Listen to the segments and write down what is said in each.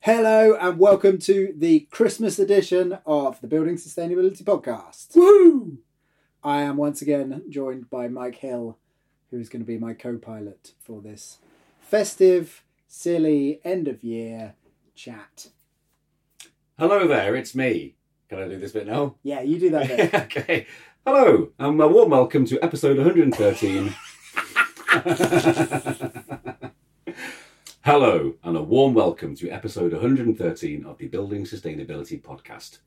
Hello and welcome to the Christmas edition of the Building Sustainability Podcast. Woo! I am once again joined by Mike Hill, who is going to be my co pilot for this festive, silly, end of year chat. Hello there, it's me. Can I do this bit now? Yeah, you do that bit. okay. Hello, and a warm welcome to episode 113. Hello, and a warm welcome to episode 113 of the Building Sustainability Podcast.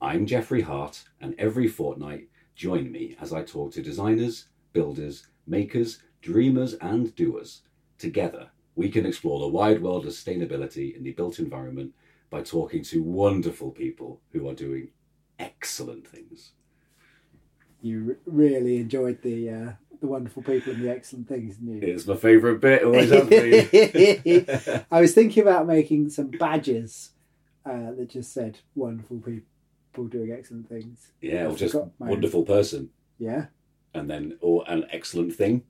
I'm Jeffrey Hart, and every fortnight, join me as I talk to designers, builders, makers, dreamers, and doers. Together, we can explore the wide world of sustainability in the built environment by talking to wonderful people who are doing excellent things. You r- really enjoyed the uh, the wonderful people and the excellent things, didn't you? It's my favourite bit, always has been. I was thinking about making some badges uh, that just said wonderful people doing excellent things. yeah, or I've just got mine. wonderful person, Yeah, and then or an excellent thing,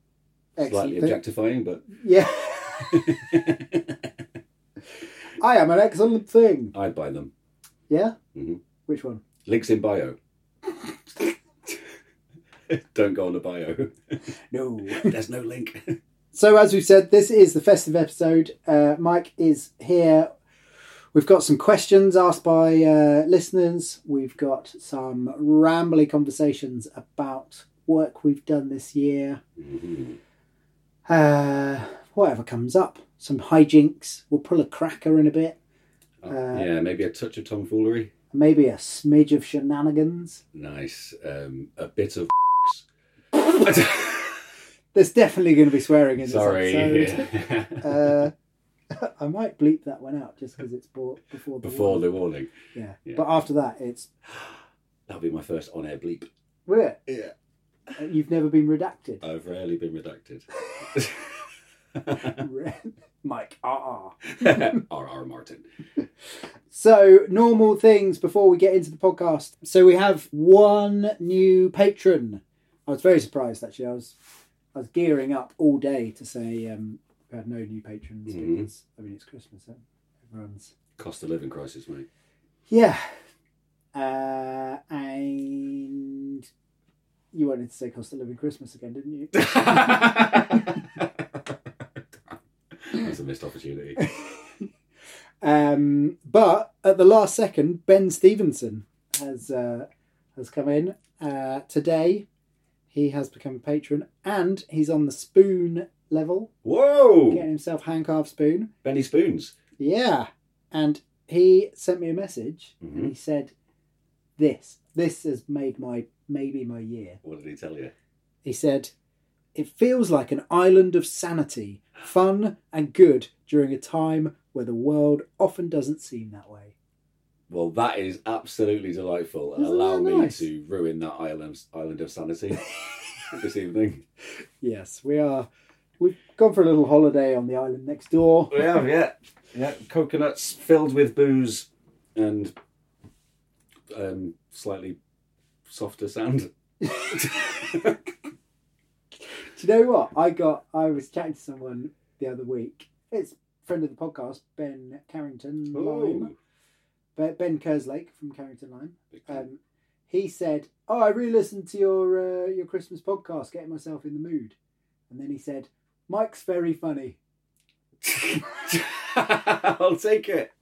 excellent. slightly thing. objectifying, but Yeah, I am an excellent thing. I'd buy them. Yeah? Mhm. Which one? Links in bio. Don't go on the bio. No. There's no link. so, as we've said, this is the festive episode. Uh, Mike is here. We've got some questions asked by uh, listeners. We've got some rambly conversations about work we've done this year. Mm-hmm. Uh, whatever comes up. Some hijinks. We'll pull a cracker in a bit. Uh, Oh, yeah, maybe a touch of tomfoolery. Maybe a smidge of shenanigans. Nice. Um, a bit of. There's definitely going to be swearing in this Sorry. episode. yeah. uh, I might bleep that one out just because it's bought before the Before war. the warning. yeah. yeah. But after that, it's That'll be my first on air bleep. we're Yeah. Uh, you've never been redacted, I've rarely been redacted. Mike. Ah. ah. R.R. Martin. So normal things before we get into the podcast. So we have one new patron. I was very surprised actually. I was I was gearing up all day to say um, we had no new patrons Mhm. because I mean it's Christmas. So everyone's Cost of living crisis, mate. Yeah. Uh, and you wanted to say Cost of Living Christmas again, didn't you? That's a missed opportunity. Um, but at the last second, Ben Stevenson has uh, has come in uh, today. He has become a patron, and he's on the spoon level, Whoa! getting himself hand carved spoon. Benny Spoons. Yeah, and he sent me a message, Mm-hmm. and he said, "This, this has made my maybe my year." What did he tell you? He said, It feels like an island of sanity, fun and good during a time where the world often doesn't seem that way. Well, that is absolutely delightful. And Isn't allow that me nice? to ruin that island, island of sanity this evening. Yes, we are. We've gone for a little holiday on the island next door. We have, yeah. Yeah, coconuts filled with booze and um, slightly softer sand. Do you know what? I got, I was chatting to someone the other week. It's a friend of the podcast, Ben Carrington Lime. Ooh. Ben Ben Kerslake from Carrington Lime. Um, Um, he said, "Oh, I re-listened to your uh, your Christmas podcast, getting myself in the mood." And then he said, "Mike's very funny." I'll take it.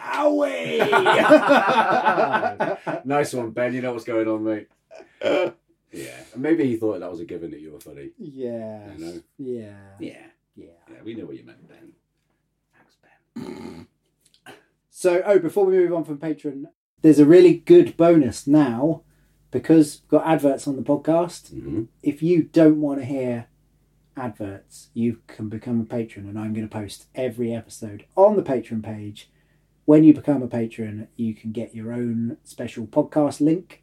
Owie! Nice one, Ben. You know what's going on, mate. yeah. Maybe he thought that was a given that you were funny. yeah. I know. Yeah. Yeah. Yeah. Yeah, we know what you meant, Ben. Thanks, Ben. So, oh, before we move on from Patreon, there's a really good bonus now because we've got adverts on the podcast. Mhm. If you don't want to hear adverts, you can become a patron, and I'm going to post every episode on the Patreon page. When you become a patron, you can get your own special podcast link,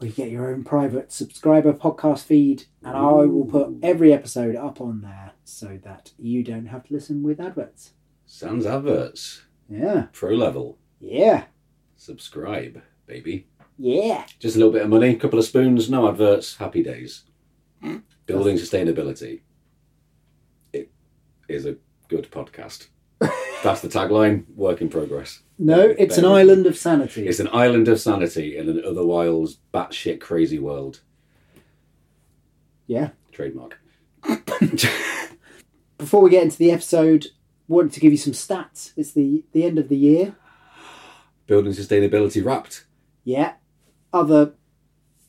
or you get your own private subscriber podcast feed, and I will put Ooh. every episode up on there so that you don't have to listen with adverts. Sans adverts. Yeah, Pro level. yeah, Subscribe, baby. yeah. Just a little bit of money, couple of spoons, no adverts, happy days. Hmm. Building sustainability. It is a good podcast. That's the tagline. Work in progress. No, it's an Bear with me. island of sanity. It's an island of sanity in an otherwise batshit crazy world. Yeah. Trademark. Before we get into the episode, wanted to give you some stats. It's the the end of the year. Building sustainability wrapped. Yeah. Other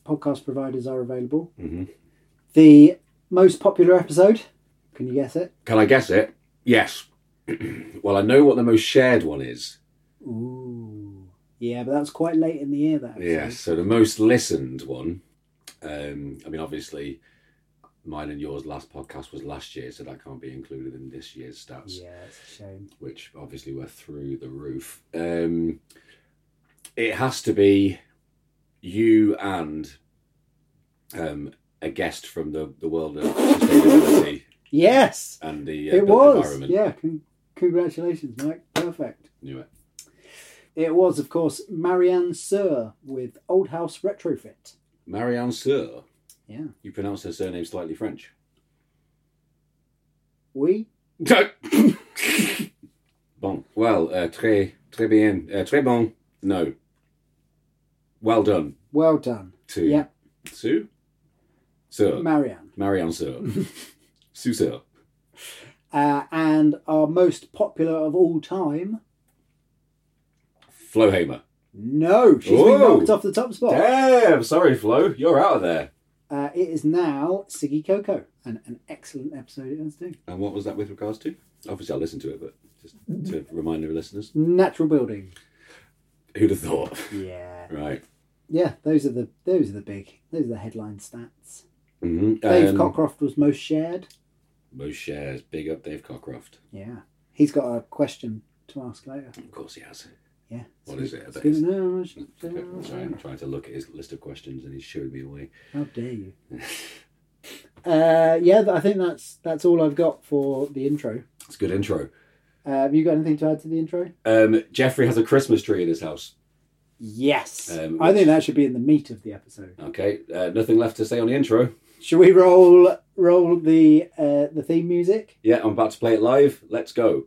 podcast providers are available. Mhm. The most popular episode. Can you guess it? Can I guess it? Yes. well, I know what the most shared one is. Ooh. Yeah, but that's quite late in the year. That episode. Yes. So the most listened one. Um, I mean, obviously, mine and yours last podcast was last year, so that can't be included in this year's stats. Yeah, it's a shame. which obviously were through the roof. Um, it has to be you and um, a guest from the, the world of sustainability Yes, and the, uh, it built was. environment. Yeah, con- congratulations, Mike. Perfect. Knew it. It was, of course, Marianne Sur with Old House Retrofit. Marianne Sur. Yeah. You pronounce her surname slightly French. We bon. Well, uh, très, très bien. Uh, très bon. No. Well done well done. to Yeah. Sue? Sir. Marianne. Marianne Sir. Sue Sir. Uh, and our most popular of all time. Flohamer. No, she's been Whoa. knocked off the top spot. Damn, sorry, Flo, you're out of there. Uh, it is now Siggy Coco, and an excellent episode it has too. And what was that with regards to? Obviously, I listened to it, but just to remind the listeners. Natural building. Who'd have thought? Yeah, Right. yeah. Those are the those are the big those are the headline stats. Mm-hmm. Dave Cockcroft was most shared. Most shares. Big up Dave Cockcroft. Yeah, he's got a question to ask later. Of course he has. Yeah. What is it? I It's bet good it's- to know much- I'm sorry, I'm trying to look at his list of questions and he's showing me away. How dare you? Uh, yeah, I think that's that's all I've got for the intro. It's a good intro. Uh, have you got anything to add to the intro? Um, Jeffrey has a Christmas tree in his house. Yes, Um, I think that should be in the meat of the episode. Okay, uh, nothing left to say on the intro. Should we roll roll the uh, the theme music? Yeah, I'm about to play it live. Let's go.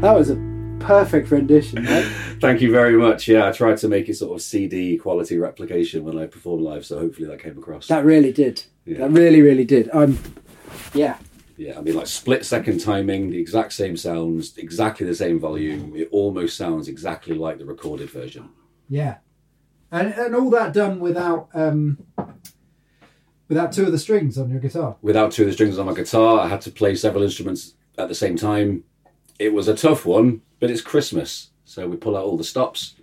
That was a perfect rendition. Right? Thank you very much. Yeah, I tried to make it sort of CD quality replication when I perform live, so hopefully that came across. that really did. Yeah. That really, really did. I'm. Yeah. yeah, I mean, like split second timing, the exact same sounds, exactly the same volume. It almost sounds exactly like the recorded version. Yeah, and and all that done without um, without two of the strings on your guitar. Without two of the strings on my guitar, I had to play several instruments at the same time. It was a tough one, but it's Christmas, so we pull out all the stops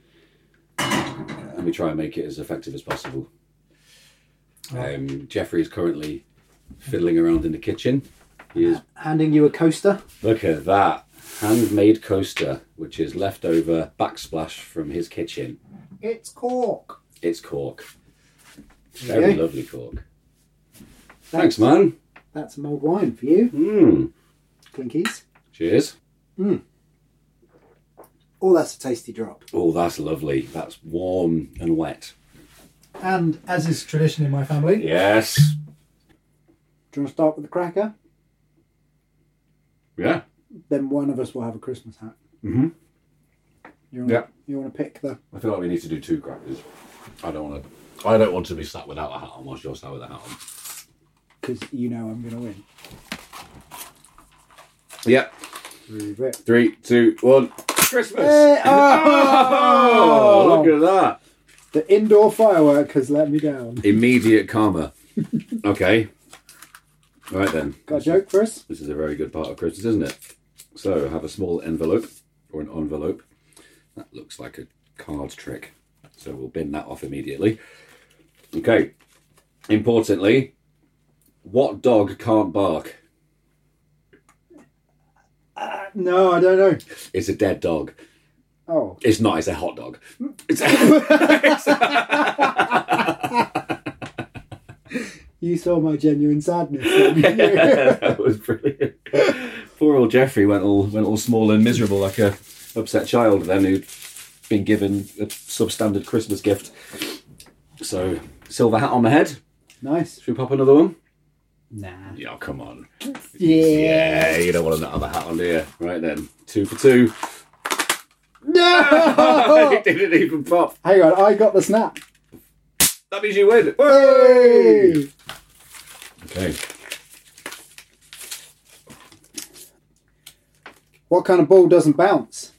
and we try and make it as effective as possible. Um, Jeffrey is currently fiddling around in the kitchen. He is Handing you a coaster. Look at that handmade coaster, which is leftover backsplash from his kitchen. It's cork. It's cork. you Very go. lovely cork. Thanks, man. That's some old wine for you, Mm. Clinkies. Cheers. Oh, that's a tasty drop. Oh, that's lovely. That's warm and wet. And as is tradition in my family, Yes. Do you want to start with the cracker? Yeah. Then one of us will have a Christmas hat. Mhm. You want, Yeah. You want to pick the. I feel like we need to do two crackers. I don't want to. I don't want to be sat without a hat on whilst you're sat with a hat on. Because you know I'm going to win. Yep. Move it. Three, two, one. Christmas. Eh, Oh, look at that. The indoor firework has let me down. Immediate karma. okay. All right then. Got a joke for us? This is a very good part of Christmas, isn't it? So have a small envelope or an envelope. That looks like a card trick. So we'll bin that off immediately. Okay. Importantly, what dog can't bark? No, I don't know. It's a dead dog. Oh, It's not. It's a hot dog. It's you saw my genuine sadness. didn't you? that was brilliant. Poor old Jeffrey went all went all small and miserable, like a upset child then who'd been given a substandard Christmas gift. So silver hat on the head. nice. Should we pop another one? Nah. Yeah, oh, come on. Yeah. Yeah, you don't want another hat on, do you? Right then, two for two. No! it didn't even pop. Hang on, I got the snap. That means you win. Hey! Okay. What kind of ball doesn't bounce?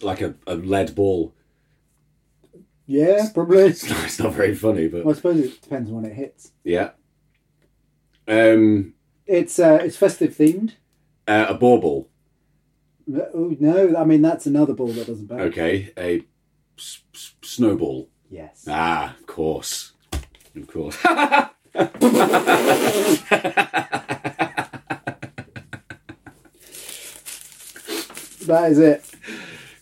Like a, a lead ball. Yeah, probably. It's not, it's not very funny, but Well, I suppose it depends on when it hits. yeah. Um, It's uh, it's festive themed. uh, a bauble. Oh no, I mean that's another ball that doesn't bounce. Okay, a s- s- snowball. Yes. Ah, of course, of course. That is it.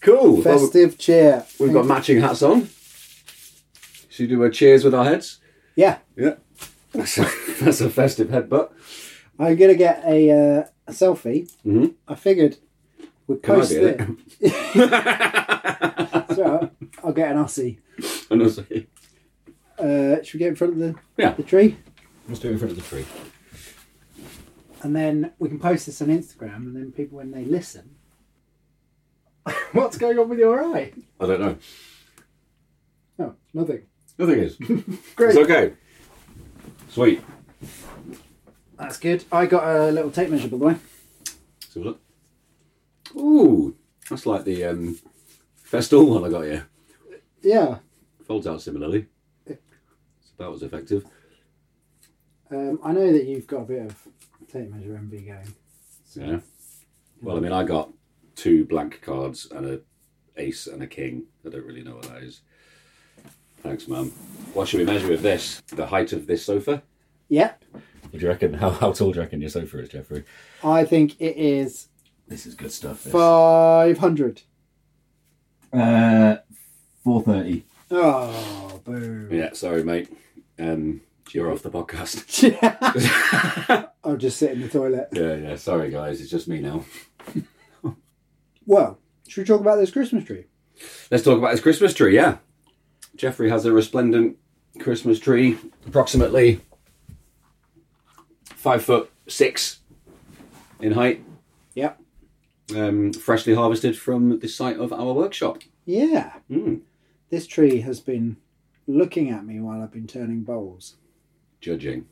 cool. Well, Festive cheer. we've got matching hats on. Should we do a cheers with our heads? Yeah, Yeah. That's a, that's a festive headbutt. I'm gonna get a, uh, a selfie. Mhm. I figured we'd Can I post do it. so I'll get an Aussie. And I'll say, Uh, should we get in front of the, Yeah. the tree? let's do it in front of the tree. And then we can post this on Instagram, and then people, when they listen, what's going on with your eye? I don't know. Oh, nothing. Nothing is. Great. It's okay. Sweet. That's good. I got a little tape measure, by the way. So look. Ooh, that's like the um, Festool one I got you. Yeah. Folds out similarly. It's about as effective. Um, I know that you've got a bit of tape measure MV going. Yeah. Well, I mean, I got two blank cards and a ace and a king. I don't really know what that is. Thanks, mum. What should we measure with this? The height of this sofa? Yep. What do you reckon? How, how tall do you reckon your sofa is, Jeffrey? I think it is This is good stuff. This. 500. Uh, 4.30. Oh, boo. Yeah, sorry, mate. Um, you're off the podcast. I'll just sit in the toilet. Yeah, yeah, sorry, guys. It's just me now. Well, should we talk about this Christmas tree? Let's talk about his Christmas tree, yeah. Jeffrey has a resplendent Christmas tree, approximately five foot six in height, Yep. um, freshly harvested from the site of our workshop. Yeah. Mm. This tree has been looking at me while I've been turning bowls. Judging.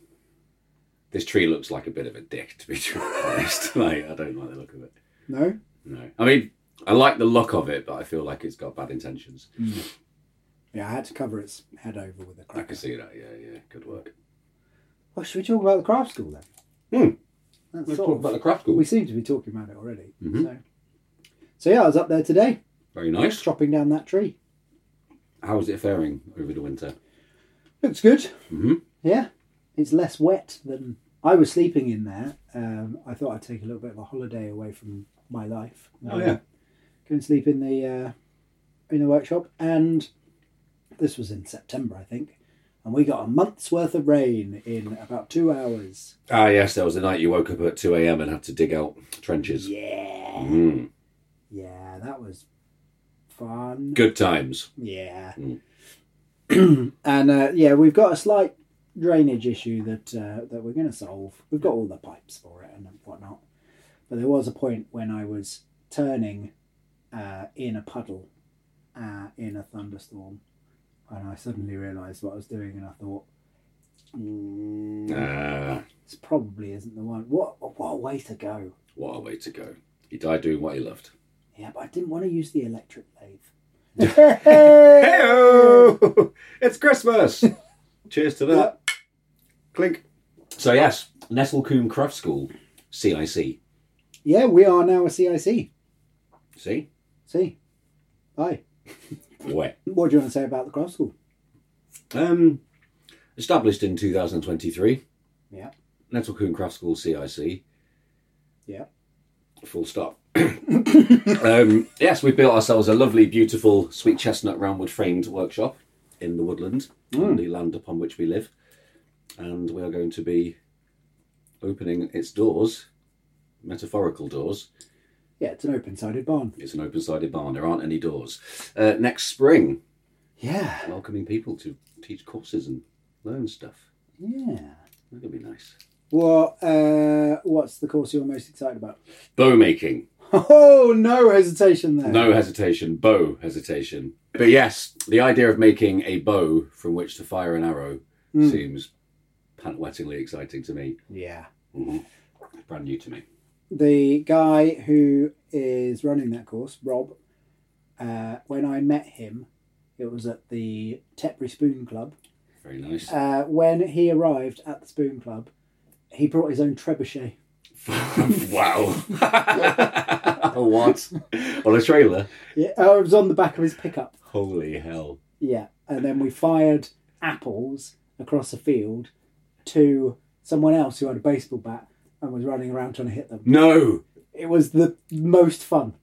This tree looks like a bit of a dick, to be honest. like, I don't like the look of it. No? No. I mean, I like the look of it, but I feel like it's got bad intentions. Yeah, I had to cover its head over with a I can cracker. see that, yeah, yeah. Good work. Well, should we talk about the craft school then? Hmm. That's Let's sort talk of- about the craft school. Mm-hmm. We seem to be talking about it already. So. so, yeah, I was up there today, Very nice. chopping down that tree. How is it faring over the winter? Looks good. Mhm. Yeah. It's less wet than I was sleeping in there. Um, I thought I'd take a little bit of a holiday away from my life. Oh, yeah. Go and sleep in the uh, in the workshop, and this was in September, I think, and we got a month's worth of rain in about two hours. Ah, yes, that was the night you woke up at 2 a.m. and had to dig out trenches. Yeah, Mm, yeah, that was fun. good times. Yeah. and uh, yeah, we've got a slight drainage issue that uh, that we're going to solve. We've got all the pipes for it and whatnot, but there was a point when I was turning uh, in a puddle uh, in a thunderstorm, and I suddenly realised what I was doing, and I thought. "Mm, Ah, This probably isn't the one. What what a way to go! what a way to go. He died doing what he loved. Yeah, but I didn't want to use the electric lathe. Hey, it's Christmas. Cheers to that. Clink. So, yes, Nettlecombe Craft School, CIC. yeah, we are now a CIC. See? See. Hi. Where? What do you want to say about the craft school? Um, established in 2023, Yeah. Nettlecombe Craft School, CIC, Yeah. full stop. um, yes, we built ourselves a lovely, beautiful, sweet chestnut roundwood framed workshop in the woodland, Mm. on the land upon which we live. And we are going to be opening its doors, metaphorical doors, Yeah, it's an open sided barn. It's an open sided barn. There aren't any doors. Uh, next spring, Yeah. welcoming people to teach courses and learn stuff. Yeah. That'll be nice. What uh what's the course you're most excited about? Bow making. Oh no hesitation there. No hesitation. Bow hesitation. But yes, the idea of making a bow from which to fire an arrow seems panwettingly exciting to me. Yeah. It's brand new to me. The guy who is running that course, Rob, uh, when I met him, it was at the Tetbury Spoon Club. Very nice. Uh, when he arrived at the Spoon Club, he brought his own trebuchet. wow. what? On a trailer? Yeah, oh, it was on the back of his pickup. Holy hell. Yeah, and then we fired apples across a field to someone else who had a baseball bat and was running around trying to hit them. No! It was the most fun.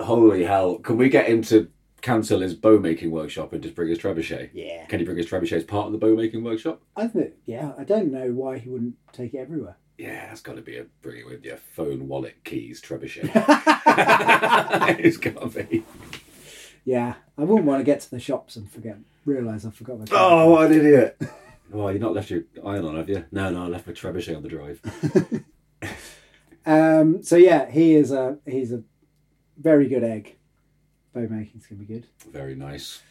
Holy hell! Can we get him to cancel his bow making workshop and just bring his trebuchet? Yeah. Can he bring his trebuchet as part of the bow making workshop? I think, yeah, I don't know why he wouldn't take it everywhere. Yeah, that's got to be a bring it with your phone, wallet, keys, trebuchet. it's got to be. Yeah, I wouldn't want to get to the shops and forget, realise I forgot my. Oh, what an idiot! Well, you've not left your iron on, have you? No, no, I left my trebuchet on the drive. Um, so yeah, he is a he's a very good egg. Bow making's gonna be good. Very nice.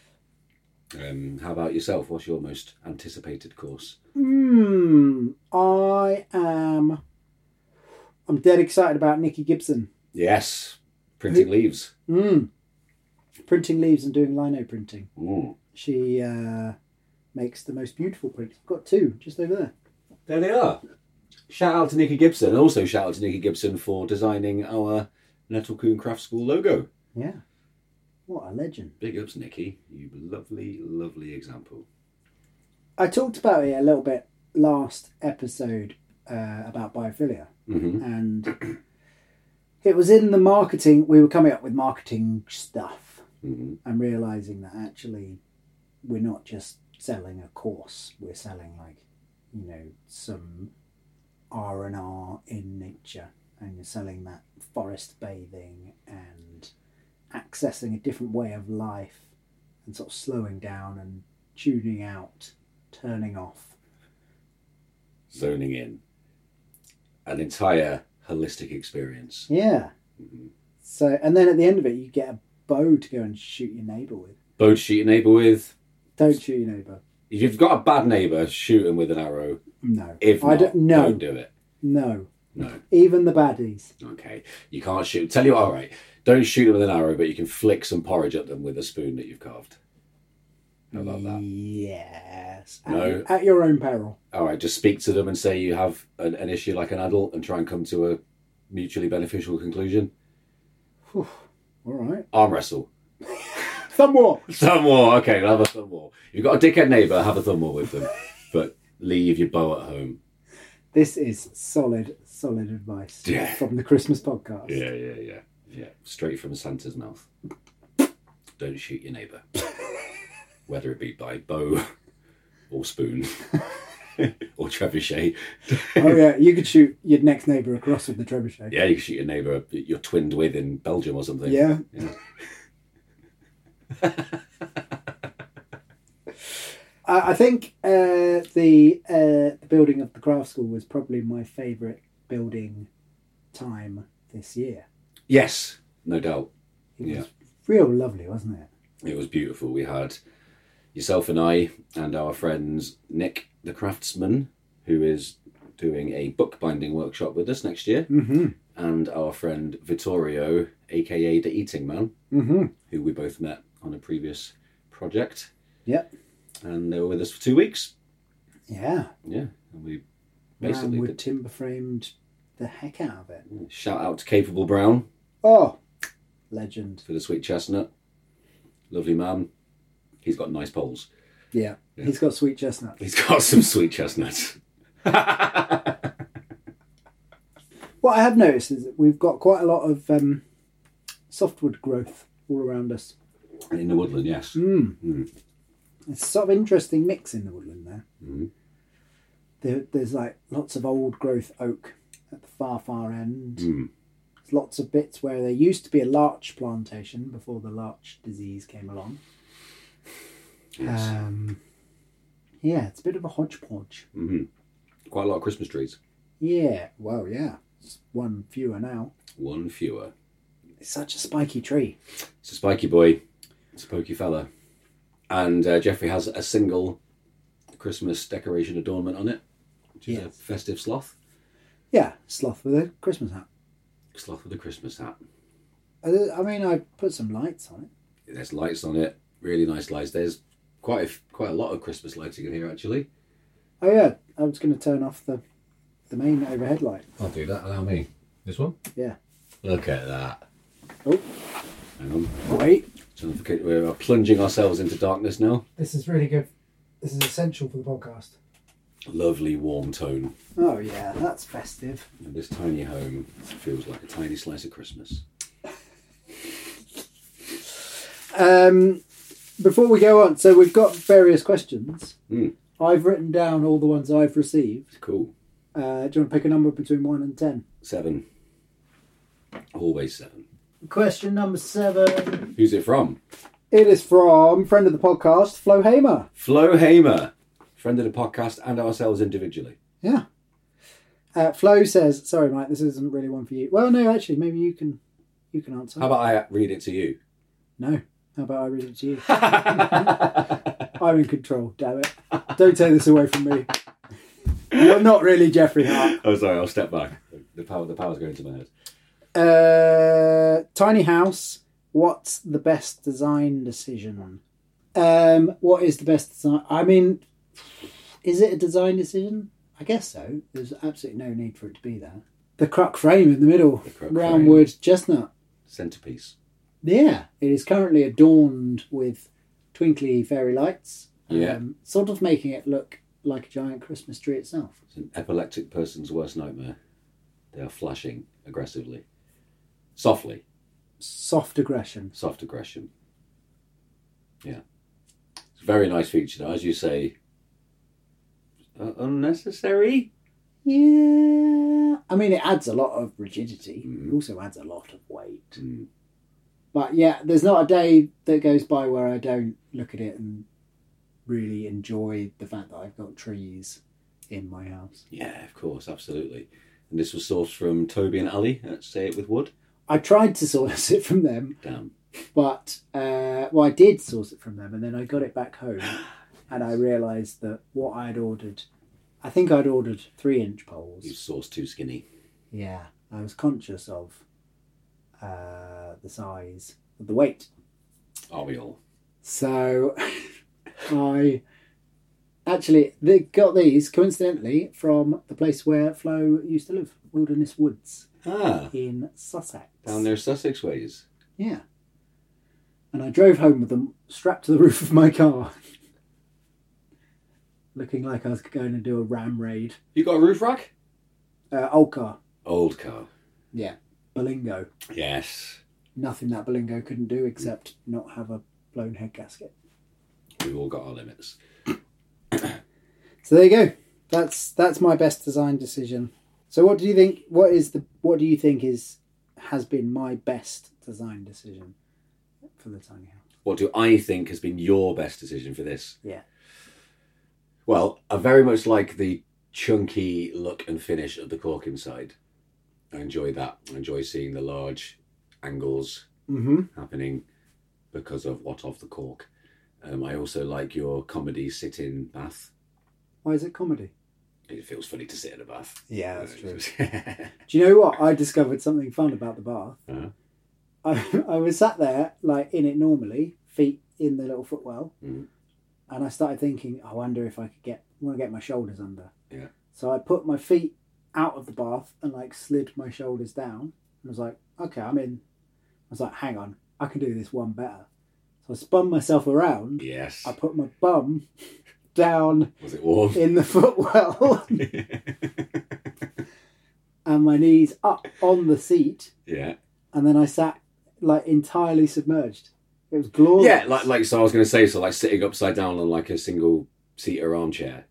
Um, how about yourself? What's your most anticipated course? Hmm. I am. I'm dead excited about Nikki Gibson. Yes, printing leaves. Mm. Printing leaves and doing lino printing. Mm. She uh, makes the most beautiful prints. I've got two just over there. There they are. Shout out to Nikki Gibson, and also shout out to Nikki Gibson for designing our Nettlecoon Craft School logo. Yeah. What a legend. Big ups, Nikki. You lovely, lovely example. I talked about it a little bit last episode uh, about biophilia. Mm-hmm. And it was in the marketing, we were coming up with marketing stuff Mm-hmm. and realizing that actually we're not just selling a course, we're selling like, you know, some R and R in nature, and you're selling that forest bathing and accessing a different way of life and sort of slowing down and tuning out, turning off. Zoning in. An entire holistic experience. Yeah. Mm-hmm. So, and then at the end of it, you get a bow to go and shoot your neighbour with. Boat shoot your neighbour with. Don't shoot your neighbour. If you've got a bad neighbour, shoot him with an arrow. No. If I not, don't, no, don't do it. no. No. Even the baddies. Okay. You can't shoot. Tell you what, all right. Don't shoot them with an arrow, but you can flick some porridge at them with a spoon that you've carved. How about Mm. that? Yes. At, No. your- at your own peril. all right, just speak to them and say you have an, an issue like an adult and try and come to a mutually beneficial conclusion. All right. Arm wrestle. Thumb war. Thumb war. Okay, we'll have a thumb war. You've got a dickhead neighbour, have a thumb war with them. but leave your bow at home. This is solid, solid advice Yeah. from the Christmas podcast. Yeah, yeah, yeah. Yeah. Straight from Santa's mouth. Don't shoot your neighbour. Whether it be by bow or spoon or trebuchet. Oh yeah, you could shoot your next neighbour across with the trebuchet. Yeah, you can shoot your neighbour you're twinned with in Belgium or something. Yeah. I, I think uh, the uh, the building of the craft school was probably my favourite building time this year. Yes, no doubt. It Yeah. was real lovely, wasn't it? It was beautiful. We had yourself and I and our friends Nick the craftsman, who is doing a bookbinding workshop with us next year, Mm-hmm. and our friend Vittorio, aka the Eating Man, Mm-hmm. who we both met on a previous project, Yep. and they were with us for two weeks. Yeah. Yeah, and we Man basically would did- timber framed the heck out of it. shout out to Capable Brown Oh, legend. for the sweet chestnut. Lovely man. He's got nice poles. Yeah. He's got sweet chestnuts. He's got some sweet chestnuts. What I have noticed is that we've got quite a lot of um, softwood growth all around us. In the woodland, yes. Mm. Mm. It's sort of interesting mix in the woodland there. Mhm. there. There's like lots of old growth oak at the far, far end. Mm. There's lots of bits where there used to be a larch plantation before the larch disease came along. Yes. Um, yeah, it's a bit of a hodgepodge. Mhm. Quite a lot of Christmas trees. Yeah, well, yeah. It's one fewer now. One fewer. It's such a spiky tree. It's a spiky boy. It's a pokey fella. And uh, Jeffrey has a single Christmas decoration adornment on it, which is a Yes. festive sloth. Yeah, sloth with a Christmas hat. Sloth with a Christmas hat. Uh, I mean, I put some lights on it. There's lights on it. Really nice lights. There's quite a, f- quite a lot of Christmas lighting in here, actually. Oh yeah, I was going to turn off the the main overhead light. I'll do that. Allow me. This one? Yeah. Look at that. Oh Hang on. wait. So if we could- We're plunging ourselves into darkness now. This is really good. This is essential for the podcast. Lovely warm tone. Oh yeah, that's festive. And this tiny home feels like a tiny slice of Christmas. Um, before we go on, so we've got various questions. Hmm. I've written down all the ones I've received. It's cool. Uh, do you want to pick a number between one and ten? Seven. Always seven. Question number seven. Who's it from? It is from friend of the podcast, Flo Hamer. Flo Hamer, friend of the podcast and ourselves individually. Yeah. Uh, Flo says, "Sorry, Mike, this isn't really one for you." Well, no, actually, maybe you can you can answer. How about I read it to you? No. How about I read it to you? I'm in control, damn it. Don't take this away from me. You're not really Jeffrey Hart. Oh, sorry, I'll step back. The power, the power's going to my head. Uh, tiny house. What's the best design decision? Um, what is the best design? I mean, is it a design decision? I guess so. There's absolutely no need for it to be there. The crock frame in the middle, crock round frame. wood chestnut. Centerpiece. Yeah, it is currently adorned with twinkly fairy lights. Um, Yeah. sort of making it look like a giant Christmas tree itself. It's an epileptic person's worst nightmare. They are flashing aggressively, softly, Soft aggression. soft aggression. Yeah, it's a very nice feature. Though. As you say, uh, unnecessary. Yeah. I mean, it adds a lot of rigidity. Mhm. It also adds a lot of weight. Mm. But yeah, there's not a day that goes by where I don't look at it and really enjoy the fact that I've got trees in my house. Yeah, of course, absolutely. And this was sourced from Toby and Ali at Say It With Wood. I tried to source it from them, Damn. But uh, well, I did source it from them, and then I got it back home, and I realised that what I'd ordered, I think I'd ordered three-inch You poles. sourced too skinny. Yeah, I was conscious of uh, the size of the weight, Are we all? so I actually they got these coincidentally from the place where Flo used to live, Wilderness Woods Ah, in Sussex. down there Sussex ways. Yeah. And I drove home with them strapped to the roof of my car, looking like I was going to do a ram raid. You got a roof rack? Uh, old car. Old car. Yeah. Belingo. Yes. Nothing that Belingo couldn't do except not have a blown head gasket. We've all got our limits. So there you go. That's that's my best design decision. So what do you think? What is the what do you think is has been my best design decision for the tiny house? What do I think has been your best decision for this? Yeah. Well, I very much like the chunky look and finish of the cork inside. I enjoy that. I enjoy seeing the large angles Mm-hmm. happening because of what of the cork. Um, I also like your comedy sit in bath. Why is it comedy? It feels funny to sit in a bath. Yeah, true. Do you know what? I discovered something fun about the bath. Uh-huh. I, I was sat there, like in it normally, feet in the little footwell, Mhm. and I started thinking, I wonder if I could get, I want to get my shoulders under. Yeah. So I put my feet out of the bath and like slid my shoulders down, and was like, okay, I'm in. I was like, hang on, I can do this one better. So I spun myself around. yes. I put my bum down Was it warm? in the footwell and my knees up on the seat yeah. and then I sat like entirely submerged. It was glorious. Yeah, like like so I was gonna say, so like sitting upside down on like a single seater armchair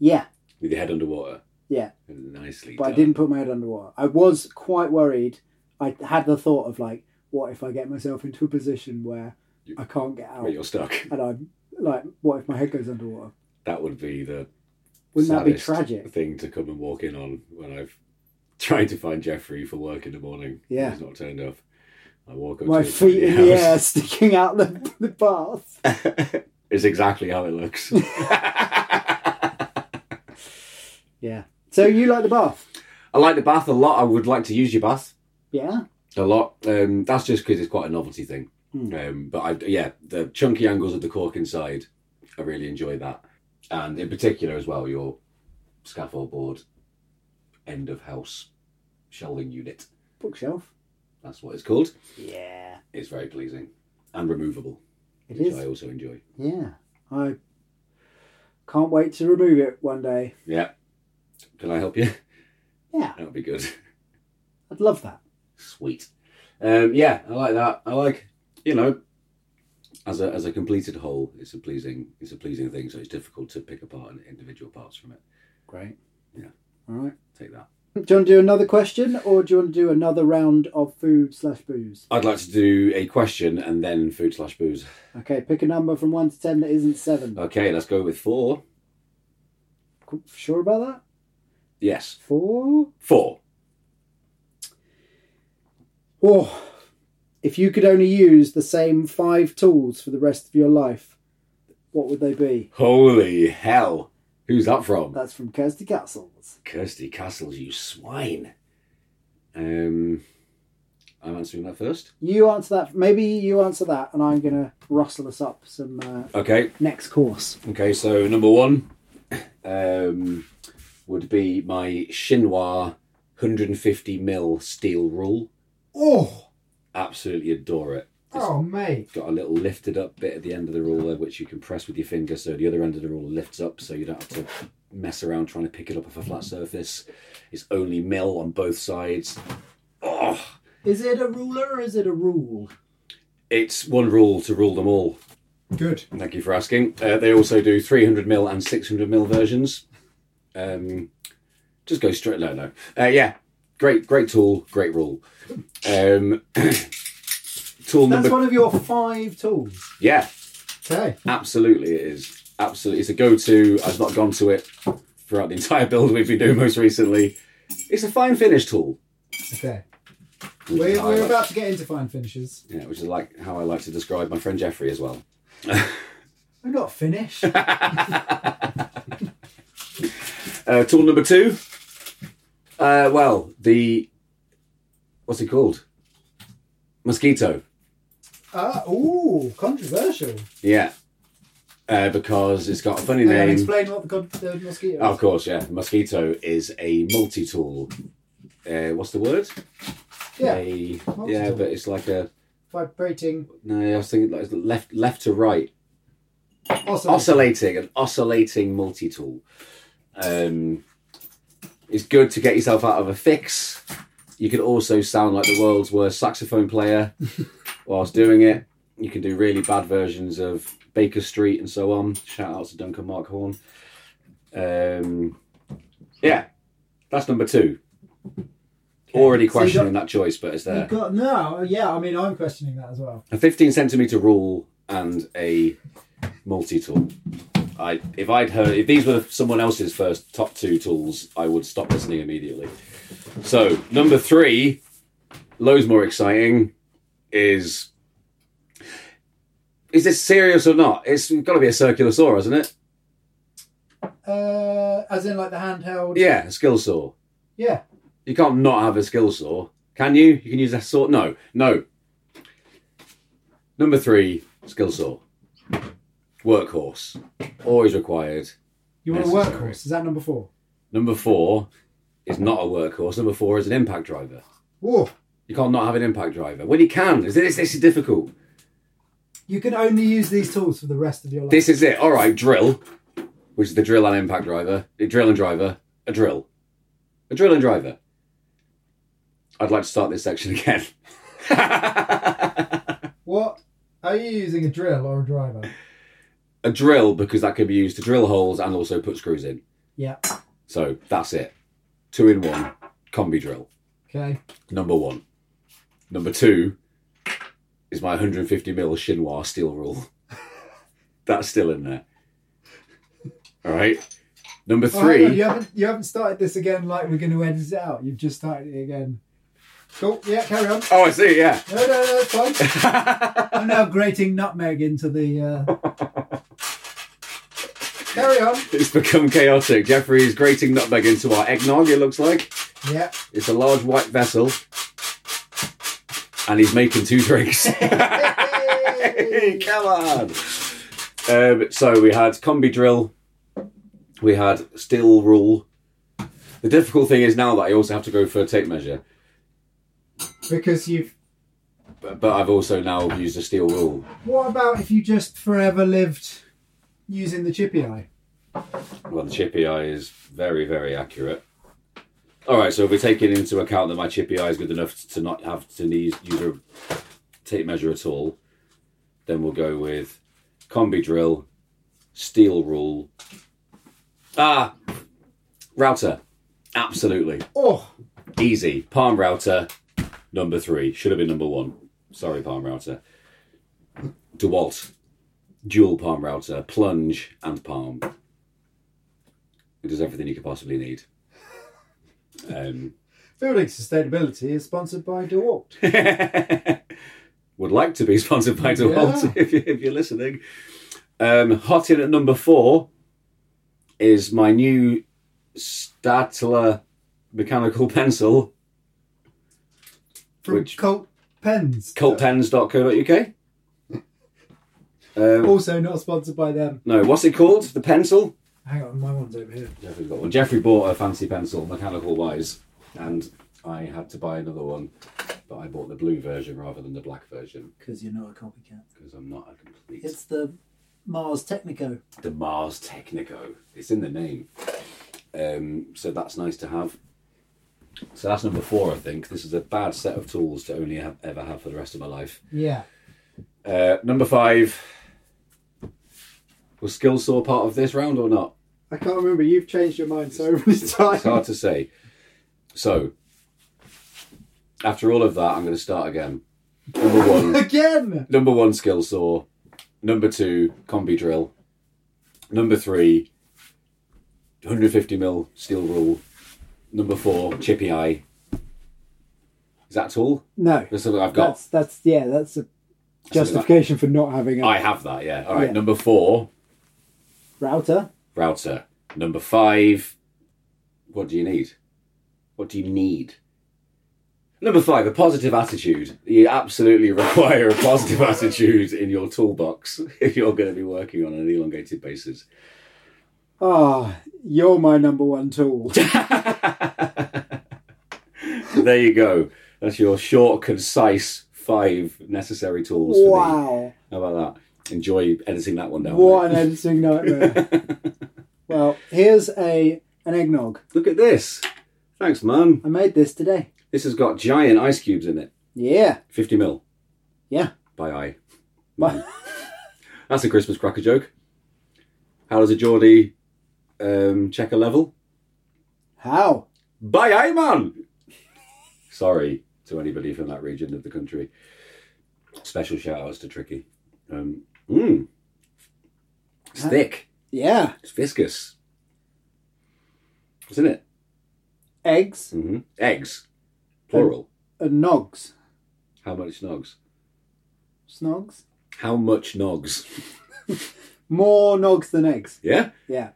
yeah, with your head underwater. yeah. Nicely. But I done. didn't put my head underwater. I was quite worried. I had the thought of like, what if I get myself into a position where I can't get out But you're stuck. and I'm like, what if my head goes underwater? That would be the Wouldn't that be saddest tragic? thing to come and walk in on when I've tried to find Jeffrey for work in the morning. Yeah. He's not turned up. I walk up My to his feet in tiny the air house. sticking out the, the bath. It's exactly how it looks. Yeah. So you like the bath? I like the bath a lot. I would like to use your bath. Yeah. a lot. Um, that's just because it's quite a novelty thing. Hmm. Um, but I, yeah, the chunky angles of the cork inside, I really enjoy that. And in particular as well, your scaffold board end of house shelving unit. Bookshelf. That's what it's called. Yeah. It's very pleasing and removable, It which is. I also enjoy. Yeah. I can't wait to remove it one day. Yeah. Can I help you? Yeah. That would be good. I'd love that. Sweet. Um, yeah, I like that. I like, you know, as a as a completed whole, it's a pleasing it's a pleasing thing. So it's difficult to pick apart and individual parts from it. Great. Yeah. All right. Take that. Do you want to do another question or do you want to do another round of food slash booze? I'd like to do a question and then food slash booze. Okay, pick a number from one to ten that isn't seven. Okay, let's go with four. Qu- Sure about that? Yes, Four? four. Oh, if you could only use the same five tools for the rest of your life, what would they be? Holy hell! Who's that from? That's from Kirsty Castles. Kirsty Castles, you swine. Um, I'm answering that first. You answer that. Maybe you answer that, and I'm going to rustle us up some uh, Okay, next course. Okay, so number one um, would be my Shinwa 150mm steel rule. Oh, Absolutely adore it. oh, mate. Got a little lifted up bit at the end of the ruler, which you can press with your finger, so the other end of the ruler lifts up, so you don't have to mess around trying to pick it up off a flat surface. It's only mill on both sides. Oh, Is it a ruler or is it a rule? it's one rule to rule them all. Good. Thank you for asking. Uh, they also do 300mm and 600mm versions. Um, just go straight. No, no. Uh, yeah, great, great tool, great rule. Um, tool That's number. one of your five tools. Yeah, Okay. absolutely, it is. Absolutely, it's a go-to. I've not gone to it throughout the entire build we've been doing most recently. It's a fine finish tool. Okay. which is We're, how I like- we're about to get into fine finishes. Yeah, which is like how I like to describe my friend Jeffrey as well. We're not finished. Uh, tool number two. Uh, well, the what's it called? Mosquito. uh, ooh, controversial. Yeah, uh, because it's got a funny Hang on, name. explain what the, con- the mosquito Oh, is. of course, yeah. Mosquito is a multi-tool. Uh, what's the word? yeah. A- yeah, Multi-tool. but it's like a Vibrating. no. I was thinking like left, left to right, Oscillating. oscillating, an oscillating multi-tool. Um, It's good to get yourself out of a fix. You can also sound like the world's worst saxophone player whilst doing it. You can do really bad versions of Baker Street and so on. Shout out to Duncan Mark Horn. Um, yeah, that's number two. Already So you got- questioning that choice, but it's there. You've got no, yeah. I mean, I'm questioning that as well. a 15 centimeter rule and a multi tool. I if I'd heard if these were someone else's first top two tools, I would stop listening immediately. So number three, loads more exciting, is is this serious or not? It's got to be a circular saw, hasn't it? Uh, as in, like the handheld. Yeah, a skill saw. Yeah. You can't not have a skill saw, can you? You can use a saw. No, no. Number three, skill saw. Workhorse, always required. You want Necessary. a workhorse? Is that number four? Number four is not a workhorse. Number four is an impact driver. Whoa. You can't not have an impact driver. Well, you can. Is This, this is difficult. You can only use these tools for the rest of your life. This is it. All right, drill, which is the drill and impact driver. The drill and driver, a drill, a drill and driver. I'd like to start this section again. What? Are you using a drill or a driver? a drill because that could be used to drill holes and also put screws in. Yeah. So that's it. Two in one combi drill. Okay. Number one. Number two is my 150 mil chinois steel rule. that's still in there. All right. Number Oh, hang on, three. you haven't you haven't started this again like we're going to edit it out. You've just started it again. Cool. Yeah. Carry on. Oh, I see. Yeah. No, no, no. It's fine. I'm now grating nutmeg into the. Uh... Carry on. It's become chaotic. Jeffrey is grating nutmeg into our eggnog. It looks like Yeah. it's a large white vessel, and he's making two drinks. Hey! Come on. Um, so we had combi drill, we had steel rule. The difficult thing is now that I also have to go for a tape measure, Because you've. but, but I've also now used a steel rule. What about if you just forever lived using the chippy eye? Well, the chippy eye is very, very accurate. All right, so if we're taking into account that my chippy eye is good enough to not have to need, use a tape measure at all, then we'll go with combi drill, steel rule. Ah, router. Absolutely. Oh, Easy. Palm router, number three. Should have been number one. Sorry, palm router. DeWalt, dual palm router, plunge and palm. It does everything you could possibly need. Um, building sustainability is sponsored by DeWalt. would like to be sponsored by DeWalt if, you, if you're listening. Um, hot in at number four is my new Stadler mechanical pencil, From Which- Colt Pens. coltpens.co.uk. Um, Also not sponsored by them. No, what's it called? The pencil? Hang on, my one's over here. Jeffrey's got one. Jeffrey bought a fancy pencil, mechanical wise, and I had to buy another one, but I bought the blue version rather than the black version Because you're not a copycat. because I'm not a complete. It's the Mars Technico. the Mars Technico. It's in the name. Um, so that's nice to have. So that's number four, I think. This is a bad set of tools to only have, ever have for the rest of my life. Yeah. Uh, number five. Was skill saw part of this round or not? I can't remember. You've changed your mind so many times. It's hard to say. So, after all of that, I'm going to start again. Number one, Again! number one skill saw. Number two, combi drill. Number three, 150 mil steel rule. Number four, chippy eye. Is that all? No. That's something I've got. That's that's yeah. That's a That's something I- justification for not having a I have that. Yeah. All right. Yeah. Number four, router. router. Number five, what do you need? What do you need? Number five, a positive attitude. You absolutely require a positive attitude in your toolbox if you're going to be working on an elongated basis. Ah, you're my number one tool. So there you go. That's your short, concise five necessary tools. for me. wow, How about that? Enjoy editing that one down. what an mate. editing nightmare. well, here's a an eggnog. Look at this. Thanks, man. I made this today. This has got giant ice cubes in it. Yeah, 50 mil yeah. by eye. But That's a Christmas cracker joke. How does a Geordie um, check a level? how? By eye, man! Sorry to anybody from that region of the country. Special shout outs to Tricky. Um, mm. It's Huh? thick, Yeah, it's viscous. Isn't it? eggs hmm Eggs. Plural. and nogs. Oh. How much nogs? Snogs? How much nogs? More nogs than eggs. Yeah? Yeah,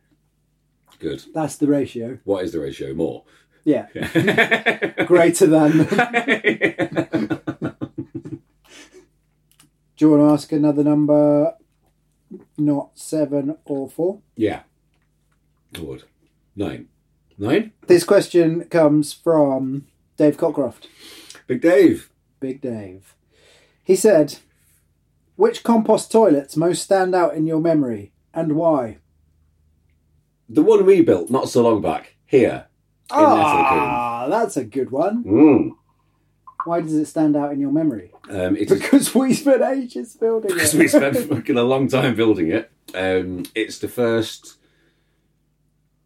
Good. that's the ratio. What is the ratio? More. Yeah, greater than. Do you want to ask another number? Not seven or four. yeah. I would. Nine. Nine? This question comes from Dave Cockcroft. Big Dave. Big Dave. He said, Which compost toilets most stand out in your memory and why? The one we built not so long back. Here. In Nettleton. Ah, that's a good one. Mm. Why does it stand out in your memory? Um, it is Because we spent ages building because it. we spent fucking a long time building it. Um, it's the first.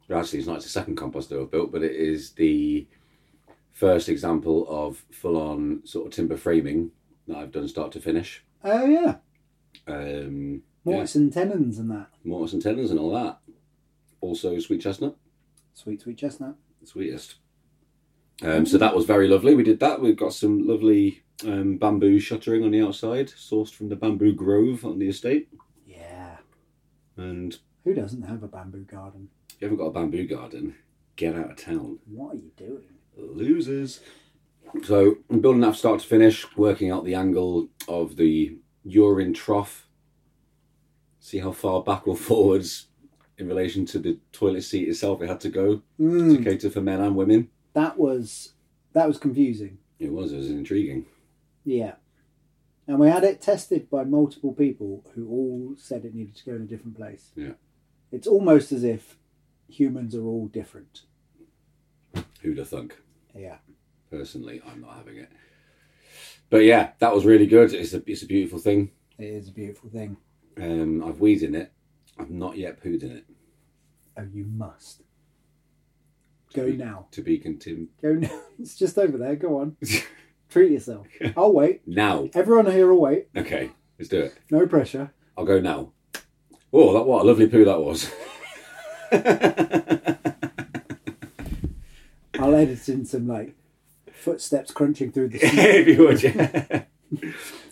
well, Actually, it's not. It's the second composter I've built, but it is the first example of full-on sort of timber framing that I've done start to finish. oh, yeah. Um, yeah, Mortise and tenons and that. mortise and tenons and all that. Also, sweet chestnut, Sweet, sweet chestnut. the sweetest. Um, so that was very lovely. We did that. We've got some lovely um, bamboo shuttering on the outside, sourced from the bamboo grove on the estate. Yeah. And if Who doesn't have a bamboo garden? you haven't got a bamboo garden, get out of town. What are you doing? losers. So I'm building that from start to finish, working out the angle of the urine trough. See how far back or forwards in relation to the toilet seat itself it had to go Hmm. to cater for men and women. That was that was confusing. It was, it was intriguing. Yeah. And we had it tested by multiple people who all said it needed to go in a different place. Yeah. It's almost as if humans are all different. Who'd have thunk? Yeah. Personally, I'm not having it. But yeah, that was really good. It's a, it's a beautiful thing. It is a beautiful thing. Um, I've weed in it. I've not yet pooed in it. Oh, you must. Go now. To be continued. Go now. It's just over there. Go on. Treat yourself. I'll wait. Now. Everyone here will wait. Okay, let's do it. No pressure. I'll go now. Oh, that what a lovely poo that was. I'll edit in some like footsteps crunching through the snow. if you would, yeah.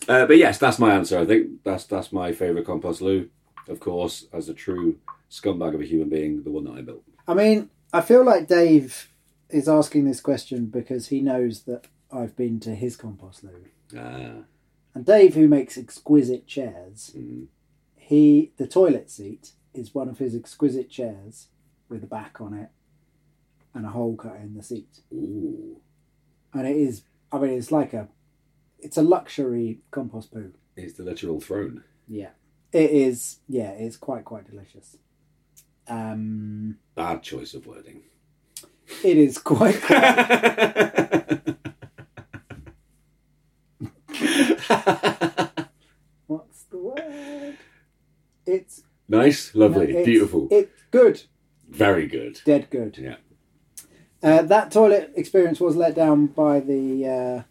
uh, but yes, that's my answer. I think that's that's my favourite compost loo. Of course, as a true scumbag of a human being, the one that I built. I mean, I feel like Dave is asking this question because he knows that I've been to his compost loo. Ah, And Dave, who makes exquisite chairs, he the toilet seat is one of his exquisite chairs with a back on it and a hole cut in the seat. ooh, And it is, I mean, it's like a, it's a luxury compost poo. it's the literal throne. Yeah, it is. Yeah, it's quite quite delicious. Um, Bad choice of wording. it is quite. What's the word? It's nice, no, lovely, it's- beautiful, It's good. very good. Dead good. Yeah, Uh, that toilet experience was let down by the. Uh,